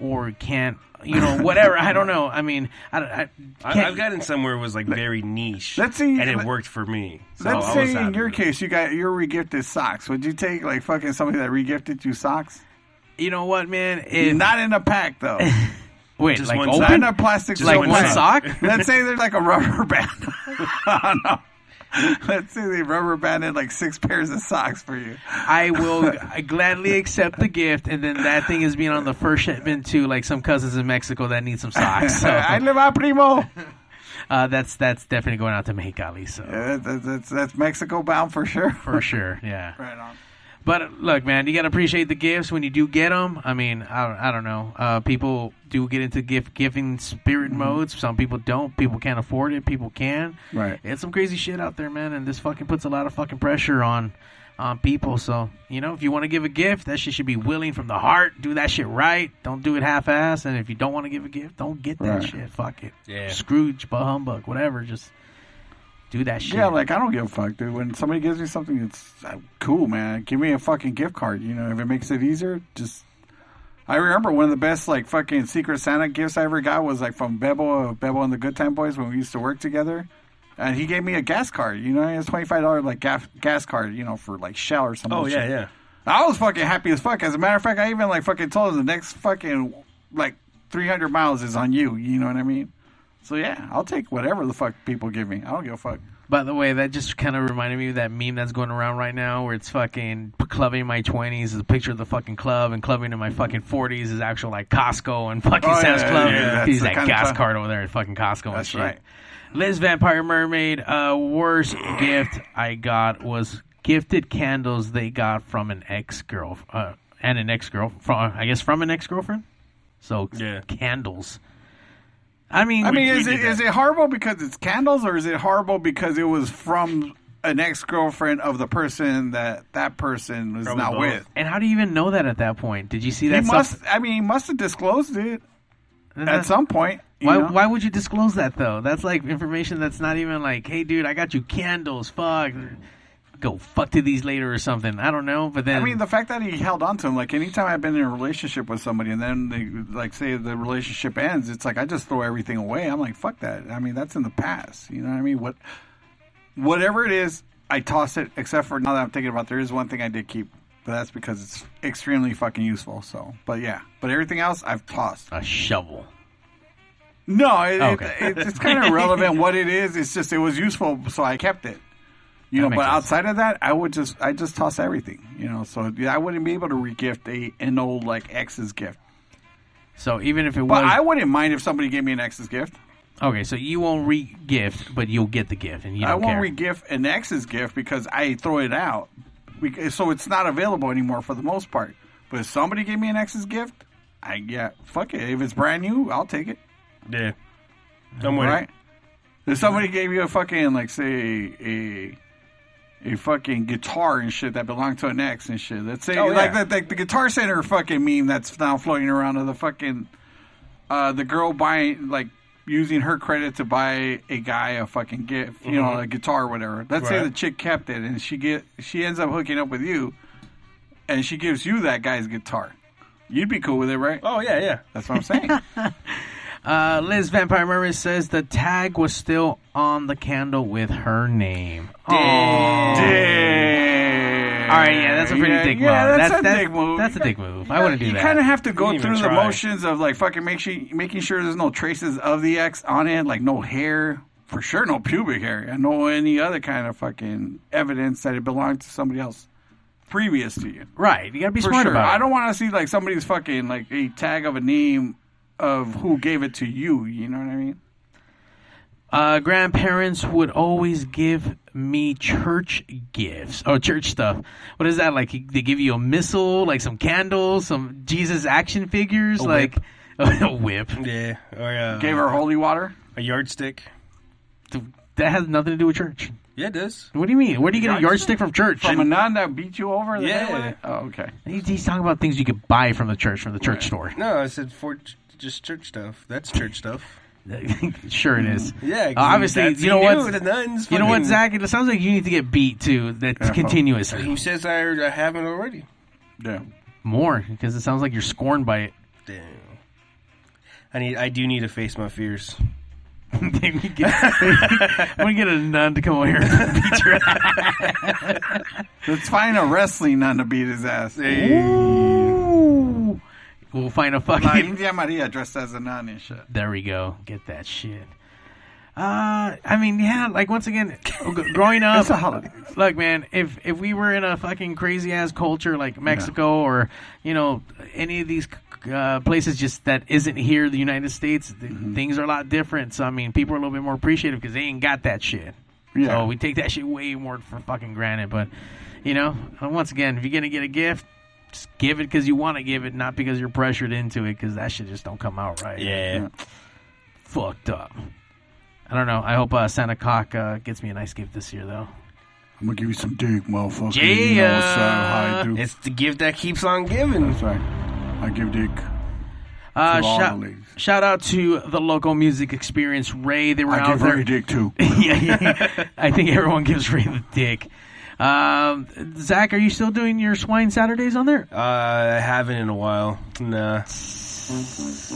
Speaker 5: or can't you know whatever i don't know i mean i, don't- I
Speaker 3: I,
Speaker 5: can't-
Speaker 3: I've gotten somewhere was like very niche.
Speaker 4: let's see-
Speaker 3: and it
Speaker 4: let-
Speaker 3: worked for me. So
Speaker 4: Let's
Speaker 3: I was
Speaker 4: say in
Speaker 3: happy
Speaker 4: your
Speaker 3: with it.
Speaker 4: case, you got your regifted socks. Would you take like fucking somebody that regifted you socks?
Speaker 5: you know what man if,
Speaker 4: Not in a pack though.
Speaker 5: wait
Speaker 3: just
Speaker 5: like oh,
Speaker 3: one
Speaker 4: Not
Speaker 5: open
Speaker 4: in a plastic.
Speaker 3: Just
Speaker 5: like
Speaker 3: one
Speaker 5: one,
Speaker 3: sock.
Speaker 5: sock,
Speaker 4: Let's say there's like a rubber *laughs* band. I don't know. Let's say they rubber banded like six pairs of socks for you.
Speaker 5: i will
Speaker 3: *laughs*
Speaker 5: g- gladly accept the gift and then that thing is being on the first shipment to like some cousins in mexico that need some socks
Speaker 3: *laughs*
Speaker 5: so
Speaker 4: I live out primo.
Speaker 5: uh, that's that's definitely going out to mexicali so
Speaker 4: Yeah, that's, that's, that's Mexico bound for sure.
Speaker 5: *laughs* for sure yeah
Speaker 4: *laughs* Right on.
Speaker 5: But look, man, you gotta appreciate the gifts when you do get them. I mean, I, I don't know. Uh, people do get into gift giving spirit
Speaker 4: Mm-hmm.
Speaker 5: modes. Some people don't. People can't afford it. People can.
Speaker 4: Right.
Speaker 5: It's some crazy shit out there, man. And this fucking puts a lot of fucking pressure on on people. So you know, if you want to give a gift, that shit should be willing from the heart. Do that shit right. Don't do it half ass. And if you don't want to give a gift, don't get that
Speaker 4: Right.
Speaker 5: shit. Fuck it.
Speaker 3: Yeah.
Speaker 5: Scrooge, bah humbug, whatever. Just do that shit.
Speaker 4: Yeah, like I don't give a fuck, dude. When somebody gives me something, it's uh, cool, man. Give me a fucking gift card. You know, if it makes it easier, just. I remember one of the best like fucking Secret Santa gifts I ever got was like from Bebo of Bebo and the Good Time Boys when we used to work together, and he gave me a gas card. You know, it was twenty five dollar like gas gas card. You know, for like Shell or something.
Speaker 3: Oh yeah, yeah.
Speaker 4: I was fucking happy as fuck. As a matter of fact, I even like fucking told him the next fucking like 300 miles is on you. You know what I mean? So yeah, I'll take whatever the fuck people give me. I don't give a fuck.
Speaker 5: By the way, that just kind of reminded me of that meme that's going around right now where it's fucking clubbing in my 20s is a picture of the fucking club and clubbing in my fucking 40s is actual like Costco and fucking
Speaker 4: Oh, yeah,
Speaker 5: Sam's
Speaker 4: yeah,
Speaker 5: Club.
Speaker 4: yeah, that's
Speaker 5: He's
Speaker 4: the
Speaker 5: that
Speaker 4: kind of
Speaker 5: gas
Speaker 4: club.
Speaker 5: card over there at fucking Costco and
Speaker 4: That's
Speaker 5: shit.
Speaker 4: right.
Speaker 5: Liz Vampire Mermaid, uh, worst gift I got was gifted candles they got from an ex-girl uh, and an ex-girl from I guess from an ex-girlfriend. So
Speaker 3: Yeah.
Speaker 5: candles. I mean,
Speaker 4: I mean,
Speaker 3: we
Speaker 4: is
Speaker 3: did
Speaker 4: it
Speaker 3: that.
Speaker 4: is it horrible because it's candles, or is it horrible because it was from an ex girlfriend of the person that that person was
Speaker 3: Probably
Speaker 4: not
Speaker 3: both.
Speaker 4: with?
Speaker 5: and how do you even know that at that point? Did you see
Speaker 4: He
Speaker 5: that? stuff-
Speaker 4: must. I mean, he must have disclosed it
Speaker 3: Uh-huh.
Speaker 4: at some point. you
Speaker 5: Why,
Speaker 4: know?
Speaker 5: why would you disclose that though? That's like information that's not even like, hey, dude, I got you candles. Fuck, go fuck to these later or something. I don't know. But then,
Speaker 4: I mean, the fact that he held on to him, like anytime I've been in a relationship with somebody and then they, like, say the relationship ends, it's like I just throw everything away. I'm like, fuck that. I mean, that's in the past. You know what I mean? What, whatever it is, I toss it. Except for now that I'm thinking about, it, there is one thing I did keep, but that's because it's extremely fucking useful. So, but yeah, but everything else I've tossed.
Speaker 5: a shovel.
Speaker 4: No, it,
Speaker 5: Okay.
Speaker 4: it, it's kind of irrelevant what it is. It's just it was useful, so I kept it.
Speaker 5: That
Speaker 4: You know,
Speaker 5: makes
Speaker 4: but
Speaker 5: sense.
Speaker 4: outside of that, I would just I just toss everything. You know, so yeah, I wouldn't be able to regift a an old like ex's gift.
Speaker 5: So even if it
Speaker 4: But I
Speaker 5: was
Speaker 4: wouldn't mind if somebody gave me an ex's gift.
Speaker 5: okay, so you won't re-gift, but you'll get the gift, and you
Speaker 4: I
Speaker 5: don't
Speaker 4: won't
Speaker 5: care.
Speaker 4: regift an ex's gift because I throw it out, Bec- so it's not available anymore for the most part. But if somebody gave me an ex's gift, I yeah, fuck it. If it's brand new, I'll take it.
Speaker 3: Yeah. I'm with it.
Speaker 4: right? If somebody gave you a fucking like say a a fucking guitar and shit that belonged to an ex and shit. Let's say
Speaker 3: Oh, yeah.
Speaker 4: like that like the guitar center fucking meme that's now floating around of the fucking uh the girl buying like using her credit to buy a guy a fucking gift, you know, a guitar or whatever. Let's say
Speaker 3: Mm-hmm. Right.
Speaker 4: the chick kept it and she get she ends up hooking up with you and she gives you that guy's guitar. You'd be cool with it, right?
Speaker 3: Oh yeah, yeah. *laughs*
Speaker 4: That's what I'm saying.
Speaker 5: Uh, Liz Vampire Murray says the tag was still on the candle with her name. Aw.
Speaker 4: Damn.
Speaker 5: All right, yeah, that's a pretty
Speaker 4: yeah,
Speaker 5: dick
Speaker 4: yeah,
Speaker 5: move.
Speaker 4: That's, a
Speaker 5: that's,
Speaker 4: dick move.
Speaker 5: That's a dick move. I wouldn't do
Speaker 4: you
Speaker 5: that.
Speaker 4: kind of have to go
Speaker 3: Didn't even
Speaker 4: through the
Speaker 3: try.
Speaker 4: motions of like fucking make sure, making sure there's no traces of the X on it, like no hair, for sure, no pubic hair, and no any other kind of fucking evidence that it belonged to somebody else previous to you.
Speaker 5: right. You gotta be
Speaker 4: For
Speaker 5: smart
Speaker 4: sure,
Speaker 5: about it.
Speaker 4: I don't want to see like somebody's fucking like a tag of a name of who gave it to you. You know what I mean?
Speaker 5: Uh, grandparents would always give me church gifts or church stuff. What is that like? They give you a missile, like some candles, some Jesus action figures, like *laughs* a whip.
Speaker 3: Yeah, or uh,
Speaker 4: Gave
Speaker 5: Uh-huh.
Speaker 4: her holy water.
Speaker 3: a yardstick.
Speaker 5: That has nothing to do with church.
Speaker 3: Yeah, it does.
Speaker 5: What do you mean? Where do you get a yardstick from church?
Speaker 4: From a nun that beat you over the head with
Speaker 3: Yeah.
Speaker 4: it? Oh, okay.
Speaker 5: he's, he's talking about things you could buy from the church, from the church store. *laughs*
Speaker 3: No, I said for just church stuff. That's church stuff.
Speaker 5: sure, it is.
Speaker 3: Yeah,
Speaker 5: Uh,
Speaker 3: 'cause
Speaker 5: obviously,
Speaker 3: that's-
Speaker 5: you know
Speaker 3: he knew
Speaker 5: what?
Speaker 3: The nuns.
Speaker 5: You know what,
Speaker 3: fucking- Uh-huh.
Speaker 5: Zach? It sounds like you need to get beat too. That continuously
Speaker 3: Who says I, I haven't already?
Speaker 4: Yeah.
Speaker 5: more because it sounds like you're scorned by it.
Speaker 3: Damn. I need. I do need to face my fears.
Speaker 5: *laughs* Maybe get, we get a nun to come over here *laughs* and beat your ass.
Speaker 4: Let's find a wrestling nun to beat his ass.
Speaker 5: Ooh. We'll find a
Speaker 4: La
Speaker 5: fucking.
Speaker 4: India Maria dressed as a nun and shit.
Speaker 5: There we go. Get that shit. Uh, I mean, yeah. Like once again, g- growing up,
Speaker 4: *laughs* It's a holiday.
Speaker 5: Look, man, if if we were in a fucking crazy ass culture like Mexico or you know any of these uh, places just that isn't here, the United States, th- things are a lot different. So I mean, people are a little bit more appreciative because they ain't got that shit.
Speaker 4: Yeah.
Speaker 5: So we take that shit way more for fucking granted. But you know, uh, once again, if you're gonna get a gift, just give it because you want to give it, not because you're pressured into it. Because that shit just don't come out right.
Speaker 3: Yeah.
Speaker 5: Fucked up. I don't know. I hope uh, Santa Cock uh, gets me a nice gift this year, though.
Speaker 4: I'm gonna give you some dick, motherfucker.
Speaker 5: Yeah.
Speaker 4: what's up, how I do.
Speaker 3: It's the gift that keeps on giving.
Speaker 4: That's right. I give dick.
Speaker 5: Uh,
Speaker 4: To all
Speaker 5: shout,
Speaker 4: the ladies.
Speaker 5: shout out to the local music experience, Ray. They were
Speaker 4: I
Speaker 5: out
Speaker 4: give her
Speaker 5: *laughs* there.
Speaker 4: a dick too.
Speaker 5: yeah, yeah. I think everyone gives Ray the dick. Um, Zach, are you still doing your Swine Saturdays on there?
Speaker 3: Uh, I haven't in a while. Nah.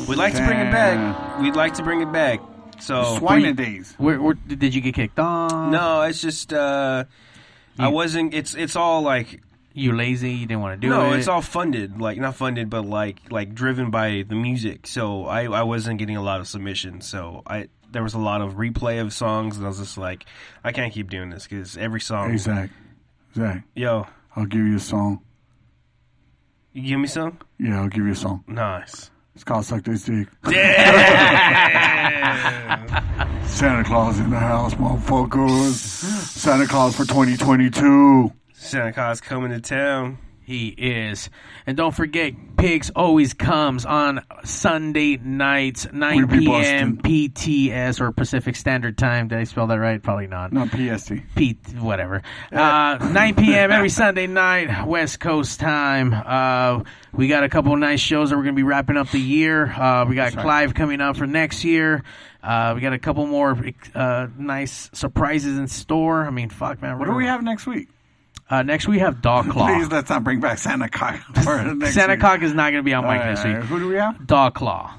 Speaker 3: We'd like to bring it back. We'd like to bring it back. So
Speaker 4: Swine days.
Speaker 5: Where, where did you get kicked off?
Speaker 3: no, it's just uh, I wasn't. It's it's all like
Speaker 5: you lazy. You didn't want to do it.
Speaker 3: no, it's all funded. Like not funded, but like like driven by the music. So I I wasn't getting a lot of submissions. So I there was a lot of replay of songs, and I was just like, I can't keep doing this because every song.
Speaker 4: Hey Zach, Zach,
Speaker 3: Yo,
Speaker 4: I'll give you a song.
Speaker 3: you give me some.
Speaker 4: Yeah, I'll give you a song.
Speaker 3: Nice.
Speaker 4: It's called Suck This Dick. *laughs* Santa Claus in the house, motherfuckers. Santa Claus for 2022.
Speaker 3: Santa Claus coming to town.
Speaker 5: He is. And don't forget, Pigs always comes on Sunday nights, 9
Speaker 4: We be
Speaker 5: p.m.
Speaker 4: bustin'.
Speaker 5: PTS or Pacific Standard Time. Did I spell that right? Probably not.
Speaker 4: Not PST.
Speaker 5: P- whatever. Uh, 9 p.m. every Sunday night, West Coast time. Uh, we got a couple of nice shows that we're going to be wrapping up the year. Uh, we got Clive coming up for next year. Uh, we got a couple more uh, nice surprises in store. I mean, fuck, man.
Speaker 4: What do we have next week?
Speaker 5: Uh, next, we have
Speaker 4: *laughs*
Speaker 5: Dog Claw.
Speaker 4: Please let's not bring back Santa Cock. For
Speaker 5: *laughs*
Speaker 4: next
Speaker 5: Santa
Speaker 4: week.
Speaker 5: Cock is not going to be on
Speaker 4: All
Speaker 5: mic
Speaker 4: right,
Speaker 5: this
Speaker 4: all right.
Speaker 5: week.
Speaker 4: Who do we have?
Speaker 5: Dog Claw.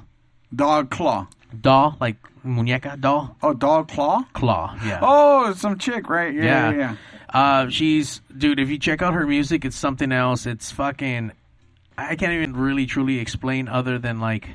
Speaker 4: Dog Claw.
Speaker 5: Doll, like muñeca, doll,
Speaker 4: Oh, Dog Claw?
Speaker 5: claw. Yeah.
Speaker 4: Oh, it's some chick, right? Yeah, yeah. yeah.
Speaker 5: Uh, she's, dude, if you check out her music, it's something else. It's fucking, I can't even really truly explain other than like,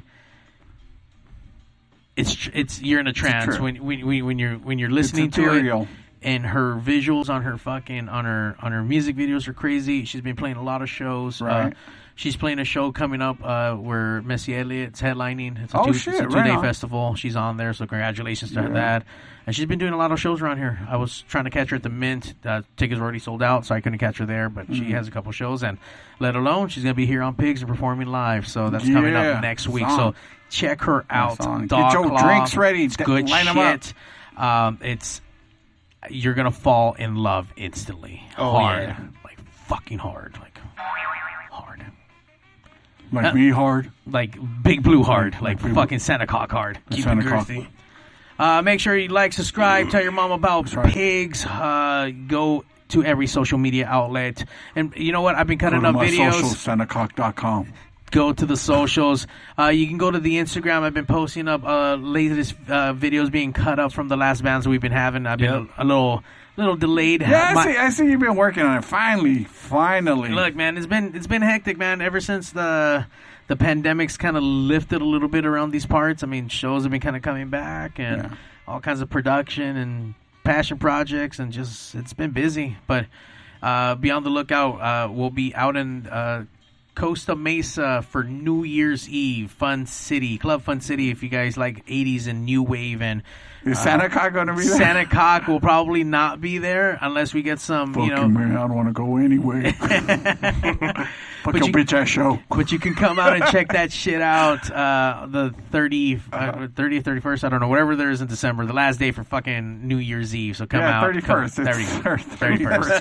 Speaker 5: it's, tr- it's, you're in a trance
Speaker 4: trip.
Speaker 5: when, when, when, when you're, when you're listening to it.
Speaker 4: ethereal.
Speaker 5: And her visuals on her fucking, on her, on her music videos are crazy. She's been playing a lot of shows.
Speaker 4: Right.
Speaker 5: Uh, She's playing a show coming up uh, where Missy Elliott's headlining. It's a
Speaker 4: Oh,
Speaker 5: two-
Speaker 4: shit,
Speaker 5: it's a
Speaker 4: right
Speaker 5: two-day
Speaker 4: on.
Speaker 5: festival. She's on there, so congratulations to her that. And she's been doing a lot of shows around here. I was trying to catch her at the Mint. Uh, tickets were already sold out, so I couldn't catch her there. But she
Speaker 4: Mm-hmm.
Speaker 5: has a couple shows, and let alone she's gonna be here on Pigs and performing live. So that's coming
Speaker 4: Yeah.
Speaker 5: up next week.
Speaker 4: Song.
Speaker 5: So check her out.
Speaker 4: song. Get
Speaker 5: Dog
Speaker 4: your
Speaker 5: Claw.
Speaker 4: drinks ready.
Speaker 5: It's
Speaker 4: D-
Speaker 5: good
Speaker 4: line 'em up.
Speaker 5: shit. Um, it's you're gonna fall in love instantly.
Speaker 3: Oh,
Speaker 5: hard,
Speaker 3: yeah.
Speaker 5: like fucking hard, like hard
Speaker 4: Like me hard.
Speaker 5: like big blue hard, like
Speaker 4: blue-
Speaker 5: fucking Santa cock hard.
Speaker 3: Keep
Speaker 4: Santa
Speaker 3: it
Speaker 4: Claus.
Speaker 3: girthy.
Speaker 5: Uh, make sure you like, subscribe, tell your mom about
Speaker 4: right.
Speaker 5: pigs. Uh, go to every social media outlet, and you know what? I've been
Speaker 4: Go
Speaker 5: cutting
Speaker 4: to
Speaker 5: up
Speaker 4: my
Speaker 5: videos.
Speaker 4: social, santacock.com.
Speaker 5: go to the socials. Uh, you can go to the Instagram. I've been posting up uh, latest uh, videos being cut up from the last bands we've been having. I've been
Speaker 3: Yep.
Speaker 5: a, a little little delayed.
Speaker 4: Yeah,
Speaker 5: My-
Speaker 4: I see. I see you've been working on it. Finally, finally.
Speaker 5: Look, man, it's been it's been hectic, man. Ever since the the pandemic's kind of lifted a little bit around these parts. I mean, shows have been kind of coming back, and
Speaker 4: Yeah.
Speaker 5: all kinds of production and passion projects, and just it's been busy. But uh, be on the lookout. Uh, we'll be out in uh, Costa Mesa for New Year's Eve, Fun City Club, Fun City. If you guys like '80s and new wave and uh,
Speaker 4: is Santa Cock gonna be there?
Speaker 5: Santa Cock will probably not be there unless we get some,
Speaker 4: Fucking
Speaker 5: you know,
Speaker 4: man, I don't want to
Speaker 5: *laughs*
Speaker 4: go anyway. Fuck your
Speaker 5: you-
Speaker 4: bitch ass show.
Speaker 5: but you can come out and check that shit out uh, the 30,
Speaker 4: Uh-huh.
Speaker 5: uh, 30th, 31st, I don't know, whatever there is in December, the last day for fucking New Year's Eve. So come
Speaker 4: yeah,
Speaker 5: out.
Speaker 4: thirty first.
Speaker 5: Come, there you
Speaker 4: *laughs*
Speaker 5: go.
Speaker 4: Thirty first.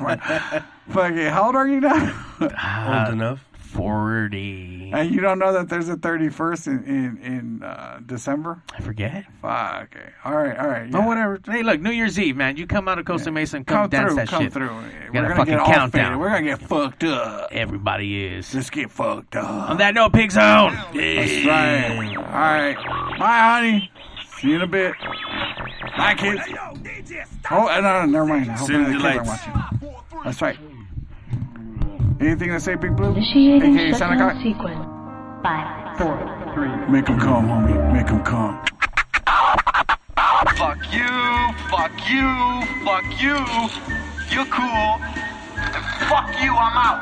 Speaker 4: Fucking, how old are you now? *laughs*
Speaker 3: Old enough.
Speaker 5: 40.
Speaker 4: and you don't know that there's a thirty first in in, in uh, December.
Speaker 5: I forget.
Speaker 4: Fuck. Okay. All right. All right.
Speaker 5: Oh,
Speaker 4: yeah.
Speaker 5: whatever. Hey, look, New Year's Eve, man. You come out of Costa Mesa and come,
Speaker 4: Come
Speaker 5: dance
Speaker 4: through.
Speaker 5: that
Speaker 4: come
Speaker 5: shit.
Speaker 4: through.
Speaker 5: got a
Speaker 4: We're gonna
Speaker 5: fucking
Speaker 4: get all
Speaker 5: countdown.
Speaker 4: faded. We're gonna get fucked up.
Speaker 5: Everybody is.
Speaker 4: Let's get fucked up.
Speaker 5: On that note, pigs out.
Speaker 4: That's right. All right. Bye, honey. See you in a bit. Bye, kids. Oh, no, no, never mind. Hopefully
Speaker 3: Send
Speaker 4: the
Speaker 3: the
Speaker 4: kids aren't
Speaker 3: lights.
Speaker 4: watching. That's right. Anything to say, Big Blue?
Speaker 10: Initiating
Speaker 4: AKA Santa
Speaker 10: shutdown
Speaker 4: Cock?
Speaker 10: sequence. Five, four, three,
Speaker 4: Make them come, homie. Make them come.
Speaker 2: Fuck you, fuck you, fuck you. You're cool. And fuck you, I'm out.